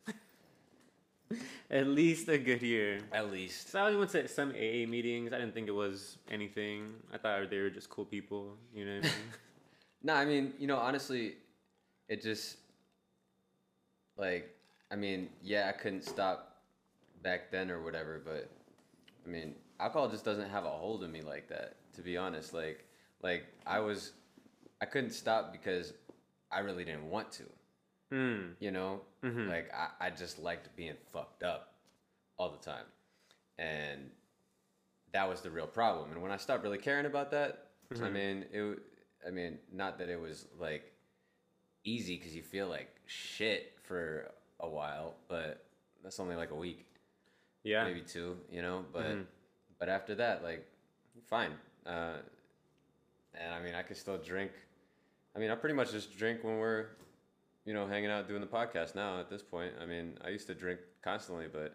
A: At least a good year.
B: At least.
A: So I went to some AA meetings. I didn't think it was anything. I thought they were just cool people. You know what I mean?
B: No, I mean, you know, honestly, it just like I mean, yeah, I couldn't stop back then or whatever, but I mean, alcohol just doesn't have a hold of me like that, to be honest. Like like I was I couldn't stop because I really didn't want to.
A: Mm.
B: you know
A: Mhm.
B: like I, I just liked being fucked up all the time and that was the real problem and when i stopped really caring about that i
A: Mhm.
B: mean it w- i mean not that it was like easy because you feel like shit for a while but that's only like a week
A: Yeah.
B: maybe two you know but
A: Mhm.
B: but after that like fine uh and i mean i could still drink i mean i pretty much just drink when we're you know hanging out doing the podcast now at this point i mean i used to drink constantly but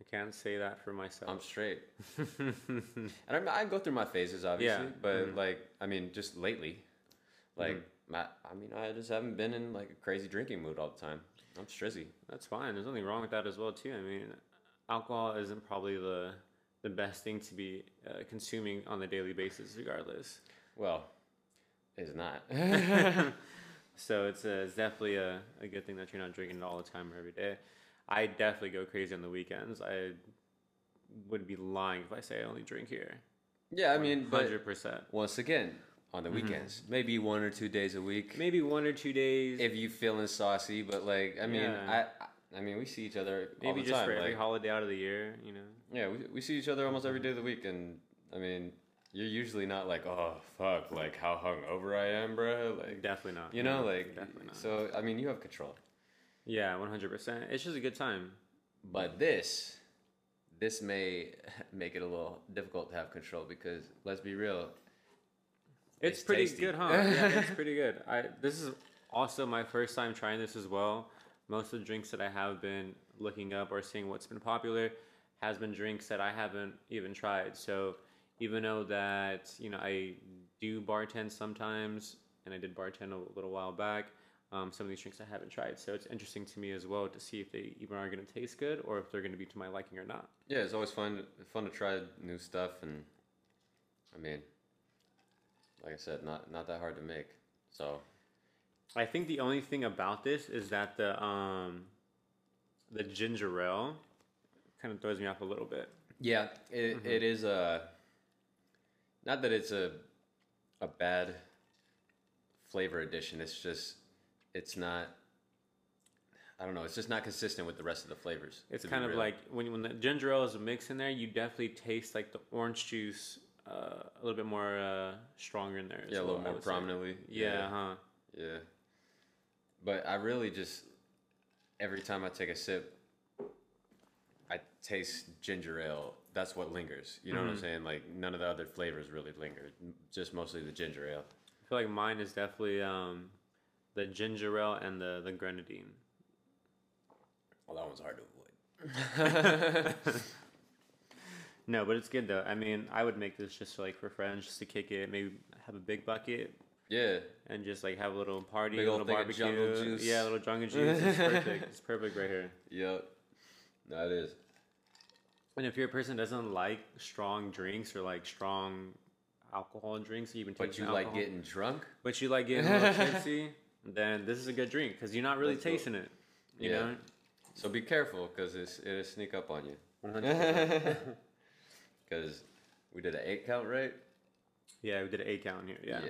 A: I can't say that for
B: i'm
A: myself.
B: straight and I'm, i go through my phases obviously
A: Yeah,
B: but
A: mhm.
B: like i mean just lately like
A: Mhm.
B: my, i mean i just haven't been in like a crazy drinking mood all the time i'm strizzy
A: That's fine. There's nothing wrong with that as well too. I mean, alcohol isn't probably the the best thing to be uh, consuming on a daily basis, regardless.
B: well it's not
A: so it's, uh it's definitely a, a good thing that you're not drinking it all the time or every day. I definitely go crazy on the weekends. I would be lying if I say I only drink here.
B: yeah i mean but
A: hundred percent.
B: once again on the weekends maybe one or two days a week
A: Mm-hmm. Maybe one or two days.
B: if you feeling saucy, but like I mean,
A: Yeah.
B: I, I I mean, we see each other all
A: maybe
B: the
A: just
B: time.
A: for every
B: like-
A: holiday out of the year. You know.
B: yeah, we, we see each other almost every day of the week, and I mean, you're usually not like, oh fuck, like how hungover I am, bro. Like
A: Definitely not.
B: you know,
A: No,
B: like
A: definitely not.
B: so. I mean, you have control,
A: yeah, one hundred percent. It's just a good time.
B: but this. This may make it a little difficult to have control because let's be real.
A: It's,
B: It's
A: pretty
B: tasty.
A: good, huh? yeah, it's pretty good. I this is also my first time trying this as well. Most of the drinks that I have been looking up or seeing what's been popular has been drinks that I haven't even tried. So even though that you know I do bartend sometimes, and I did bartend a little while back, um, some of these drinks I haven't tried. So it's interesting to me as well to see if they even are going to taste good or if they're going to be to my liking or not.
B: Yeah, it's always fun fun to try new stuff, and I mean, like I said, not not that hard to make. So
A: I think the only thing about this is that the um the ginger ale kind of throws me off a little bit.
B: Yeah, it,
A: Mm-hmm.
B: it is a. Not that it's a, a bad flavor addition. It's just, it's not. I don't know. It's just not consistent with the rest of the flavors.
A: It's
B: to be
A: kind of
B: real.
A: like when when the ginger ale is a mix in there, you definitely taste like the orange juice uh, a little bit more uh, stronger in there. as
B: yeah, a little
A: well, I
B: more
A: would say.
B: prominently.
A: Yeah, uh-huh. huh.
B: yeah, yeah. But I really just every time I take a sip, I taste ginger ale. That's what lingers. You know
A: Mm-hmm.
B: what I'm saying? Like none of the other flavors really linger. Just mostly the ginger ale.
A: I feel like mine is definitely um the ginger ale and the the grenadine.
B: Well, that one's hard to avoid.
A: No, but it's good though. I mean, I would make this just like for friends, just to kick it. Maybe have a big bucket,
B: yeah,
A: and just like have a little party,
B: Big
A: a
B: ol'
A: little
B: thing of
A: barbecue.
B: jungle juice.
A: Yeah, a little jungle juice. It's perfect. It's perfect right here.
B: yep. No, it is.
A: And if you're a person that doesn't like strong drinks or like strong alcohol drinks, even
B: But
A: tasting
B: you like
A: alcohol,
B: getting drunk?
A: but you like getting a little tipsy, then this is a good drink because you're not really
B: Let's go.
A: tasting it. You
B: Yeah.
A: know,
B: So be careful because it'll sneak up on you.
A: 100%.
B: Because we did an eight count, right?
A: yeah, we did an eight count here. Yeah.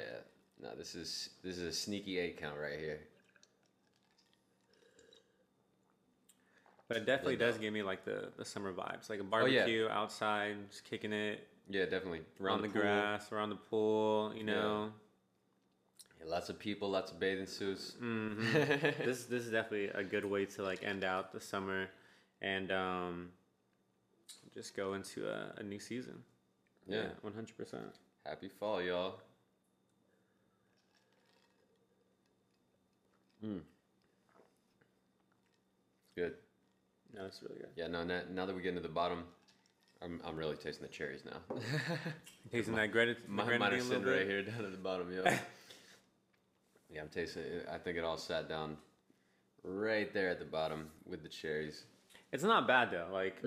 B: No, this is this is a sneaky eight count right here.
A: but it definitely
B: Window.
A: does give me like the, the summer vibes, like a barbecue outside, just kicking it
B: Yeah, definitely.
A: on
B: Around
A: the,
B: pool.
A: grass, around the pool. You
B: Yeah.
A: know,
B: Yeah, lots of people, lots of bathing suits.
A: Mhm. this this is definitely a good way to like end out the summer and um just go into a, a new season
B: yeah.
A: 100%
B: Happy fall, y'all. Mm. Good.
A: no it's really good
B: Yeah, no, now, now that we get into the bottom, I'm, I'm really tasting the cherries now.
A: tasting that granite
B: My
A: the
B: mine are
A: grenadine a little
B: sitting right
A: bit.
B: here down at the bottom, yeah. yeah, I'm tasting it. I think it all sat down right there at the bottom with the cherries.
A: it's not bad though like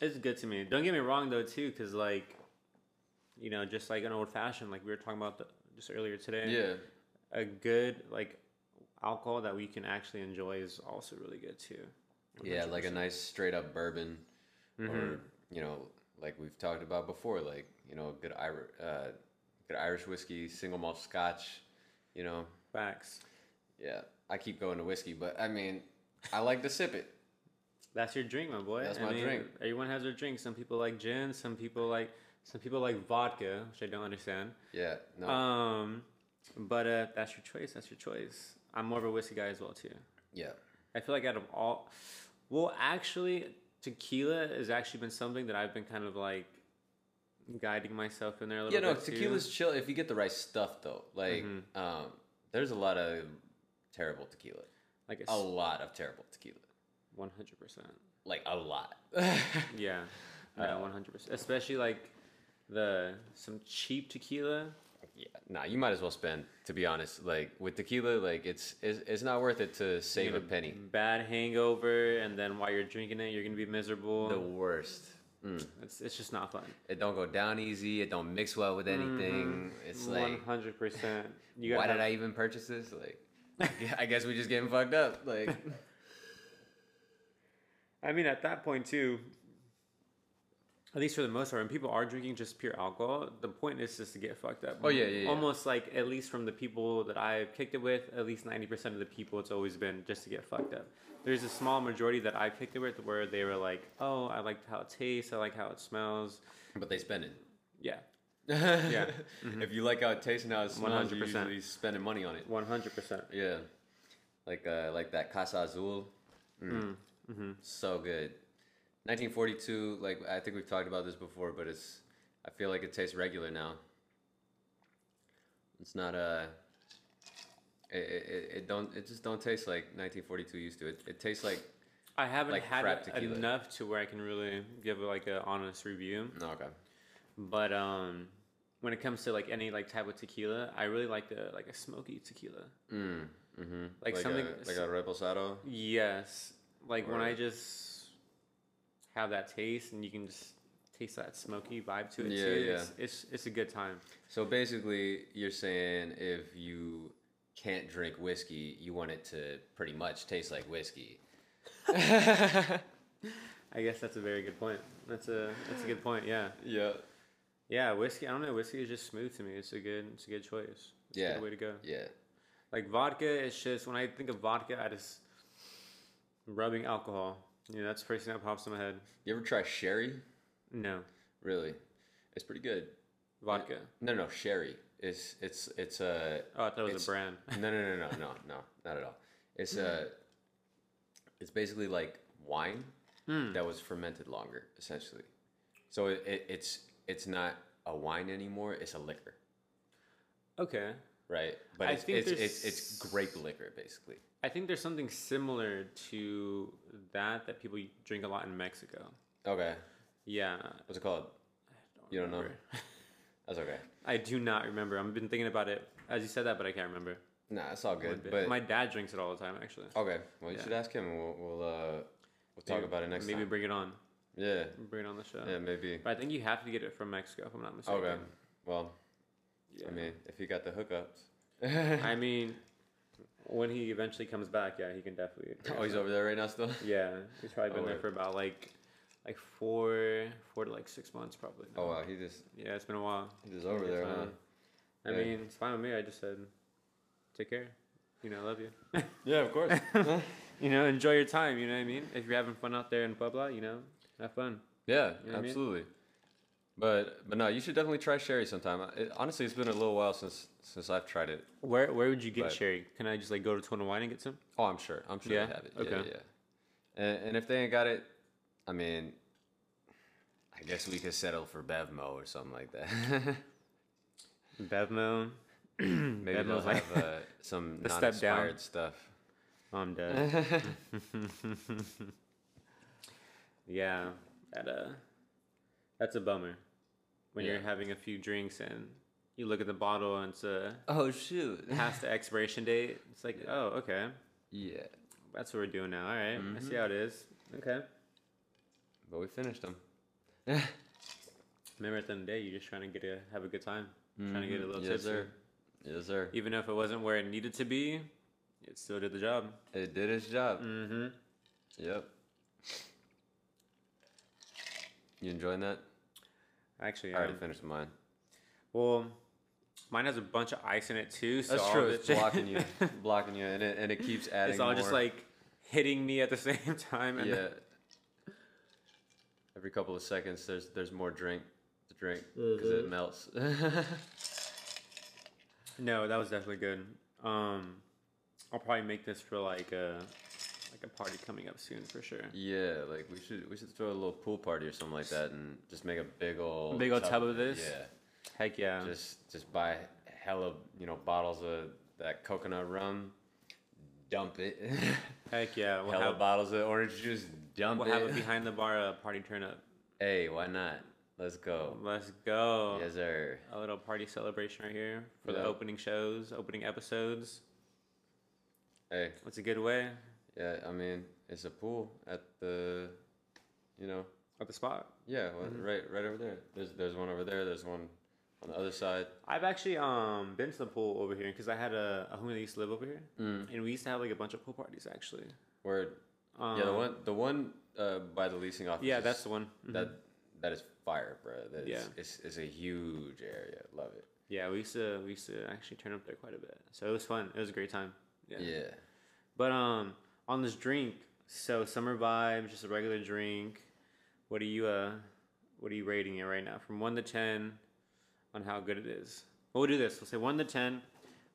A: it's good to me don't get me wrong though too because like you know just like an old fashioned like we were talking about the, just earlier today
B: Yeah.
A: a good like alcohol that we can actually enjoy is also really good too
B: Yeah, like a
A: 100%.
B: nice straight up bourbon, or
A: Mhm.
B: you know, like we've talked about before, like you know, good Irish, uh, good Irish whiskey, single malt Scotch, you know,
A: facts
B: Yeah, I keep going to whiskey, but I mean, I like to sip it.
A: That's your drink, my boy.
B: That's
A: I
B: my
A: mean,
B: drink.
A: Everyone has their drink. Some people like gin. Some people like some people like vodka, which I don't understand.
B: Yeah, no,
A: Um, but uh, that's your choice. That's your choice. I'm more of a whiskey guy as well too.
B: yeah,
A: I feel like out of all, well, actually, tequila has actually been something that I've been kind of like guiding myself in there a little
B: yeah. No,
A: bit. too.
B: tequila's chill if you get the right stuff though. Like,
A: Mhm.
B: um, there's a lot of terrible tequila.
A: like it's
B: A lot of terrible tequila.
A: 100. percent
B: Like a lot.
A: Yeah, yeah, 100. percent Especially like the some cheap tequila.
B: Yeah, nah, you might as well spend. To be honest, like with tequila, like it's it's, it's not worth it to
A: you
B: save a
A: get
B: penny.
A: Bad hangover, and then while you're drinking it, you're gonna be miserable.
B: The worst. Mm.
A: It's it's just not fun.
B: It don't go down easy. It don't mix well with anything. It's like,
A: 100. percent You
B: why
A: gotta
B: did I even purchase this? Like, I guess we just getting fucked up. Like,
A: I? I mean, at that point too. At least for the most part, when people are drinking just pure alcohol, the point is just to get fucked up.
B: Oh, yeah, yeah, yeah.
A: Almost like at least from the people that I've kicked it with, at least ninety percent of the people, it's always been just to get fucked up. There's a small majority that I've kicked it with where they were like, "Oh, I like how it tastes. I like how it smells."
B: but they spend it.
A: Yeah,
B: yeah. If you like how it tastes and how it smells, you
A: 100%.
B: usually spending money on it.
A: one hundred percent.
B: Yeah. Like uh, like that Casa Azul. Mm. So good. 1942, like I think we've talked about this before, but it's I feel like it tastes regular now. It's not uh it, it, it- it don't it just don't taste like 1942 used to. It, it tastes like
A: I haven't
B: like
A: had
B: crap
A: it
B: tequila.
A: enough to where I can really give like an honest review.
B: no okay.
A: But um, when it comes to like any like type of tequila, I really like the like a smoky tequila.
B: Mm, mm-hmm.
A: Like something-
B: a, like a reposado.
A: Yes, like when I
B: Or-
A: just have that taste, and you can just taste that smoky vibe to it
B: Yeah,
A: too.
B: yeah.
A: It's, it's it's a good time.
B: So basically, you're saying if you can't drink whiskey, you want it to pretty much taste like whiskey.
A: I guess that's a very good point. That's a that's a good point. Yeah,
B: Yeah.
A: yeah. Whiskey. I don't know. Whiskey is just smooth to me. It's a good it's a good choice. It's a
B: Yeah.
A: good way to go.
B: Yeah.
A: Like vodka, it's just when I think of vodka, I just rubbing alcohol. You know, that's the first thing that pops in my head.
B: You ever try sherry?
A: No,
B: Really? It's pretty good.
A: vodka.
B: No, no, sherry. It's it's it's uh
A: Oh, I thought it was
B: It's-
A: a brand.
B: no no no no no no not at all. It's uh it's basically like wine
A: Mm.
B: that was fermented longer essentially. So it, it, it's it's not a wine anymore. It's a liquor,
A: Okay,
B: right? But
A: I
B: it's
A: think
B: it's, it's
A: there's-
B: it's grape liquor basically.
A: I think there's something similar to that that people drink a lot in Mexico.
B: Okay.
A: Yeah,
B: What's it called? You don't know?
A: remember.
B: That's okay.
A: I do not remember. I've been thinking about it as you said that, but I can't remember.
B: Nah, it's all
A: one
B: good.
A: bit.
B: But
A: my dad drinks it all the time, actually.
B: okay, well you
A: Yeah.
B: should ask him. and We'll we'll uh, we'll talk
A: Maybe-
B: about it next
A: Maybe
B: time.
A: bring it on.
B: yeah,
A: Bring it on the show.
B: yeah, maybe.
A: But I think you have to get it from Mexico, if I'm not mistaken.
B: Okay. Well,
A: Yeah.
B: I mean, if you got the hookups.
A: I mean, when he eventually comes back, yeah, he can definitely.
B: oh, he's over there right now still.
A: Yeah, he's probably been
B: Oh,
A: there
B: wait.
A: for about like, like four, four to like six months probably. now.
B: Oh wow, he just
A: Yeah, it's been a while.
B: he just over
A: It's
B: there, huh?
A: fine. I
B: Yeah.
A: mean, it's fine with me. I just said, take care. You know, I love you.
B: Yeah, of course.
A: You know, enjoy your time. You know what I mean? If you're having fun out there in Puebla, you know, have fun.
B: yeah,
A: You know what I mean?
B: absolutely. But but no, you should definitely try sherry sometime. I- It, honestly, it's been a little while since since I've tried it.
A: Where Where would you get
B: But-
A: sherry? Can I just like go to Tona Wine and get some?
B: Oh, I'm sure. I'm sure
A: Yeah?
B: they have it. Yeah,
A: Okay.
B: yeah. And, and if they ain't got it, I mean, I guess we could settle for Bevmo or something like that.
A: Bevmo.
B: Maybe
A: Bevmo's
B: they'll
A: like-
B: have uh, some
A: The step down.
B: non-expired stuff.
A: I'm dead. yeah, that uh, that's a bummer. When
B: Yeah.
A: you're having a few drinks and you look at the bottle and it's uh,
B: Oh shoot!
A: past the expiration date, it's like, oh, okay,
B: yeah,
A: that's what we're doing now. All right, I
B: Mm-hmm.
A: see how it is. Okay.
B: but we finished them.
A: Remember at the end of the day, you're just trying to get a have a good time, trying to get a little
B: Mm-hmm. yes,
A: tipsy.
B: sir. Yes, sir.
A: Even if it wasn't where it needed to be, it still did the job.
B: It did its job.
A: Mm-hmm.
B: Yep. You enjoying that?
A: Actually, yeah.
B: I already finished mine.
A: um, Well, Mine has a bunch of ice in it too. So
B: That's
A: all
B: true.
A: of
B: It's
A: it-
B: blocking you, blocking you, and it, and it keeps adding.
A: it's all just
B: more.
A: like hitting me at the same time. And
B: yeah. Every couple of seconds, there's there's more drink to drink
A: Mm-hmm.
B: because it melts.
A: No, that was definitely good. Um, I'll probably make this for like a like a party coming up soon for sure.
B: yeah, like we should we should throw a little pool party or something like that, and just make a big old
A: Big ol' tub of this?
B: Yeah.
A: Heck yeah.
B: just just buy hella you know bottles of that coconut rum, dump it.
A: Heck yeah. We'll
B: hella
A: have,
B: bottles of orange juice, dump
A: we'll
B: it.
A: have a behind the bar uh, party turn up.
B: hey, why not? Let's go.
A: Let's go.
B: Yes, sir.
A: A little party celebration right here for the
B: Yeah.
A: opening shows, opening episodes.
B: Hey,
A: That's a good way
B: yeah. I mean, it's a pool at the, you know,
A: at the spot.
B: yeah, well,
A: Mm-hmm.
B: right, right over there. There's there's one over there. There's one on the other side.
A: I've actually um been to the pool over here because I had a, a homie that used to live over here,
B: Mm.
A: and we used to have like a bunch of pool parties actually.
B: Where
A: Um,
B: yeah, the one the one uh, by the leasing office.
A: Yeah,
B: is-
A: that's the one. Mhm.
B: that that is fire, bro. That's,
A: Yeah.
B: it's it's a huge area. Love it.
A: Yeah, we used to we used to actually turn up there quite a bit. So it was fun. It was a great time. Yeah.
B: yeah.
A: But um on this drink, so summer vibes, just a regular drink. What are you uh what are you rating it right now? From one to ten on how good it is. Well, we'll do this. We'll say one to ten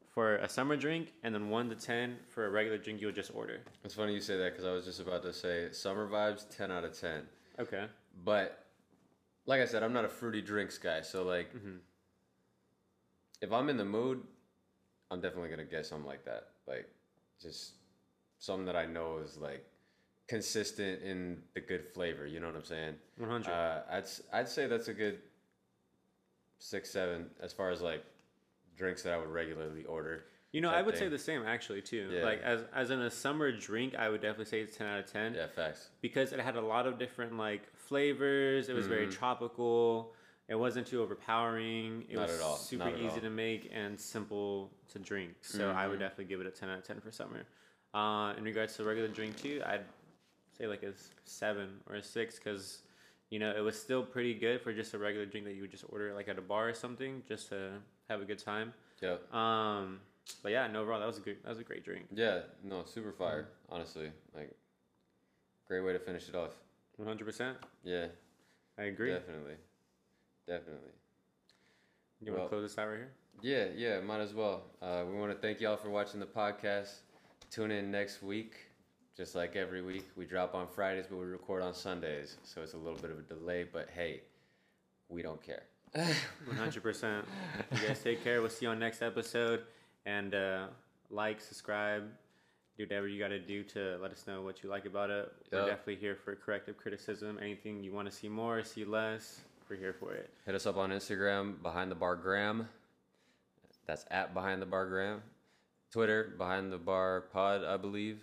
A: for a summer drink and then one to ten for a regular drink you'll just order.
B: It's funny you say that because I was just about to say summer vibes, ten out of ten.
A: Okay.
B: But like I said, I'm not a fruity drinks guy. So like, if I'm in the mood, I'm definitely gonna get something like that. Like, just something that I know is like consistent in the good flavor. You know what I'm saying?
A: One hundred.
B: Uh, I'd s- I'd say that's a good six seven as far as like drinks that I would regularly order.
A: you know,
B: type
A: I would say
B: thing.
A: the same actually too.
B: Yeah.
A: Like as as in a summer drink, I would definitely say it's ten out of ten.
B: Yeah, facts.
A: because it had a lot of different like flavors. It was
B: Mm-hmm.
A: very tropical. It wasn't too overpowering. It
B: Not
A: was
B: at all.
A: super
B: Not at
A: easy
B: all. Mm-hmm.
A: to make and simple to drink. So I would definitely give it a ten out of ten for summer. Uh, in regards to regular drink too, I'd say like a s- seven or a six because you know it was still pretty good for just a regular drink that you would just order like at a bar or something just to have a good time.
B: Yep.
A: Um, but yeah, and overall that was a good that was a great drink.
B: Yeah, no, super fire. Honestly, like, great way to finish it off.
A: One hundred percent.
B: Yeah,
A: I agree.
B: definitely, definitely.
A: You want to
B: Well-
A: close this out right here?
B: Yeah, yeah, might as well. Uh, we want to thank y'all for watching the podcast. Tune in next week, just like every week. We drop on Fridays, but we record on Sundays, so it's a little bit of a delay. But hey, we don't care.
A: One hundred percent. You guys take care. We'll see you on next episode. And uh, like, subscribe, do whatever you got to do to let us know what you like about it. We're
B: Yup.
A: definitely here for corrective criticism. Anything you want to see more, see less, we're here for it.
B: Hit us up on Instagram, behind the bar gram. That's at behind the bar gram. Twitter, behind the bar pod, I believe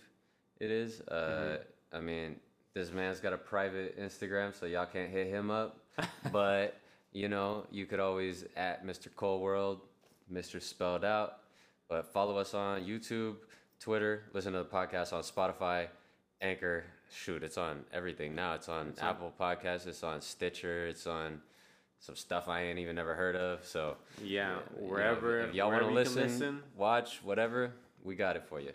B: it is. Uh, I mean, this man's got a private Instagram, so y'all can't hit him up. but you know, you could always at Mr. Cole World, Mr. Spelled Out. But follow us on YouTube, Twitter. Listen to the podcast on Spotify, Anchor. Shoot, it's on everything now. It's on Apple Podcasts. It's on Stitcher. It's on some stuff I ain't even never heard of. So
A: Yeah,
B: you know,
A: wherever
B: if y'all want to
A: wherever you can
B: listen, watch whatever, we got it for you.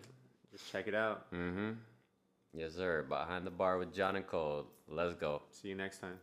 A: just check it out.
B: Mm-hmm. Yes, sir. Behind the bar with John and Cole. Let's go.
A: See you next time.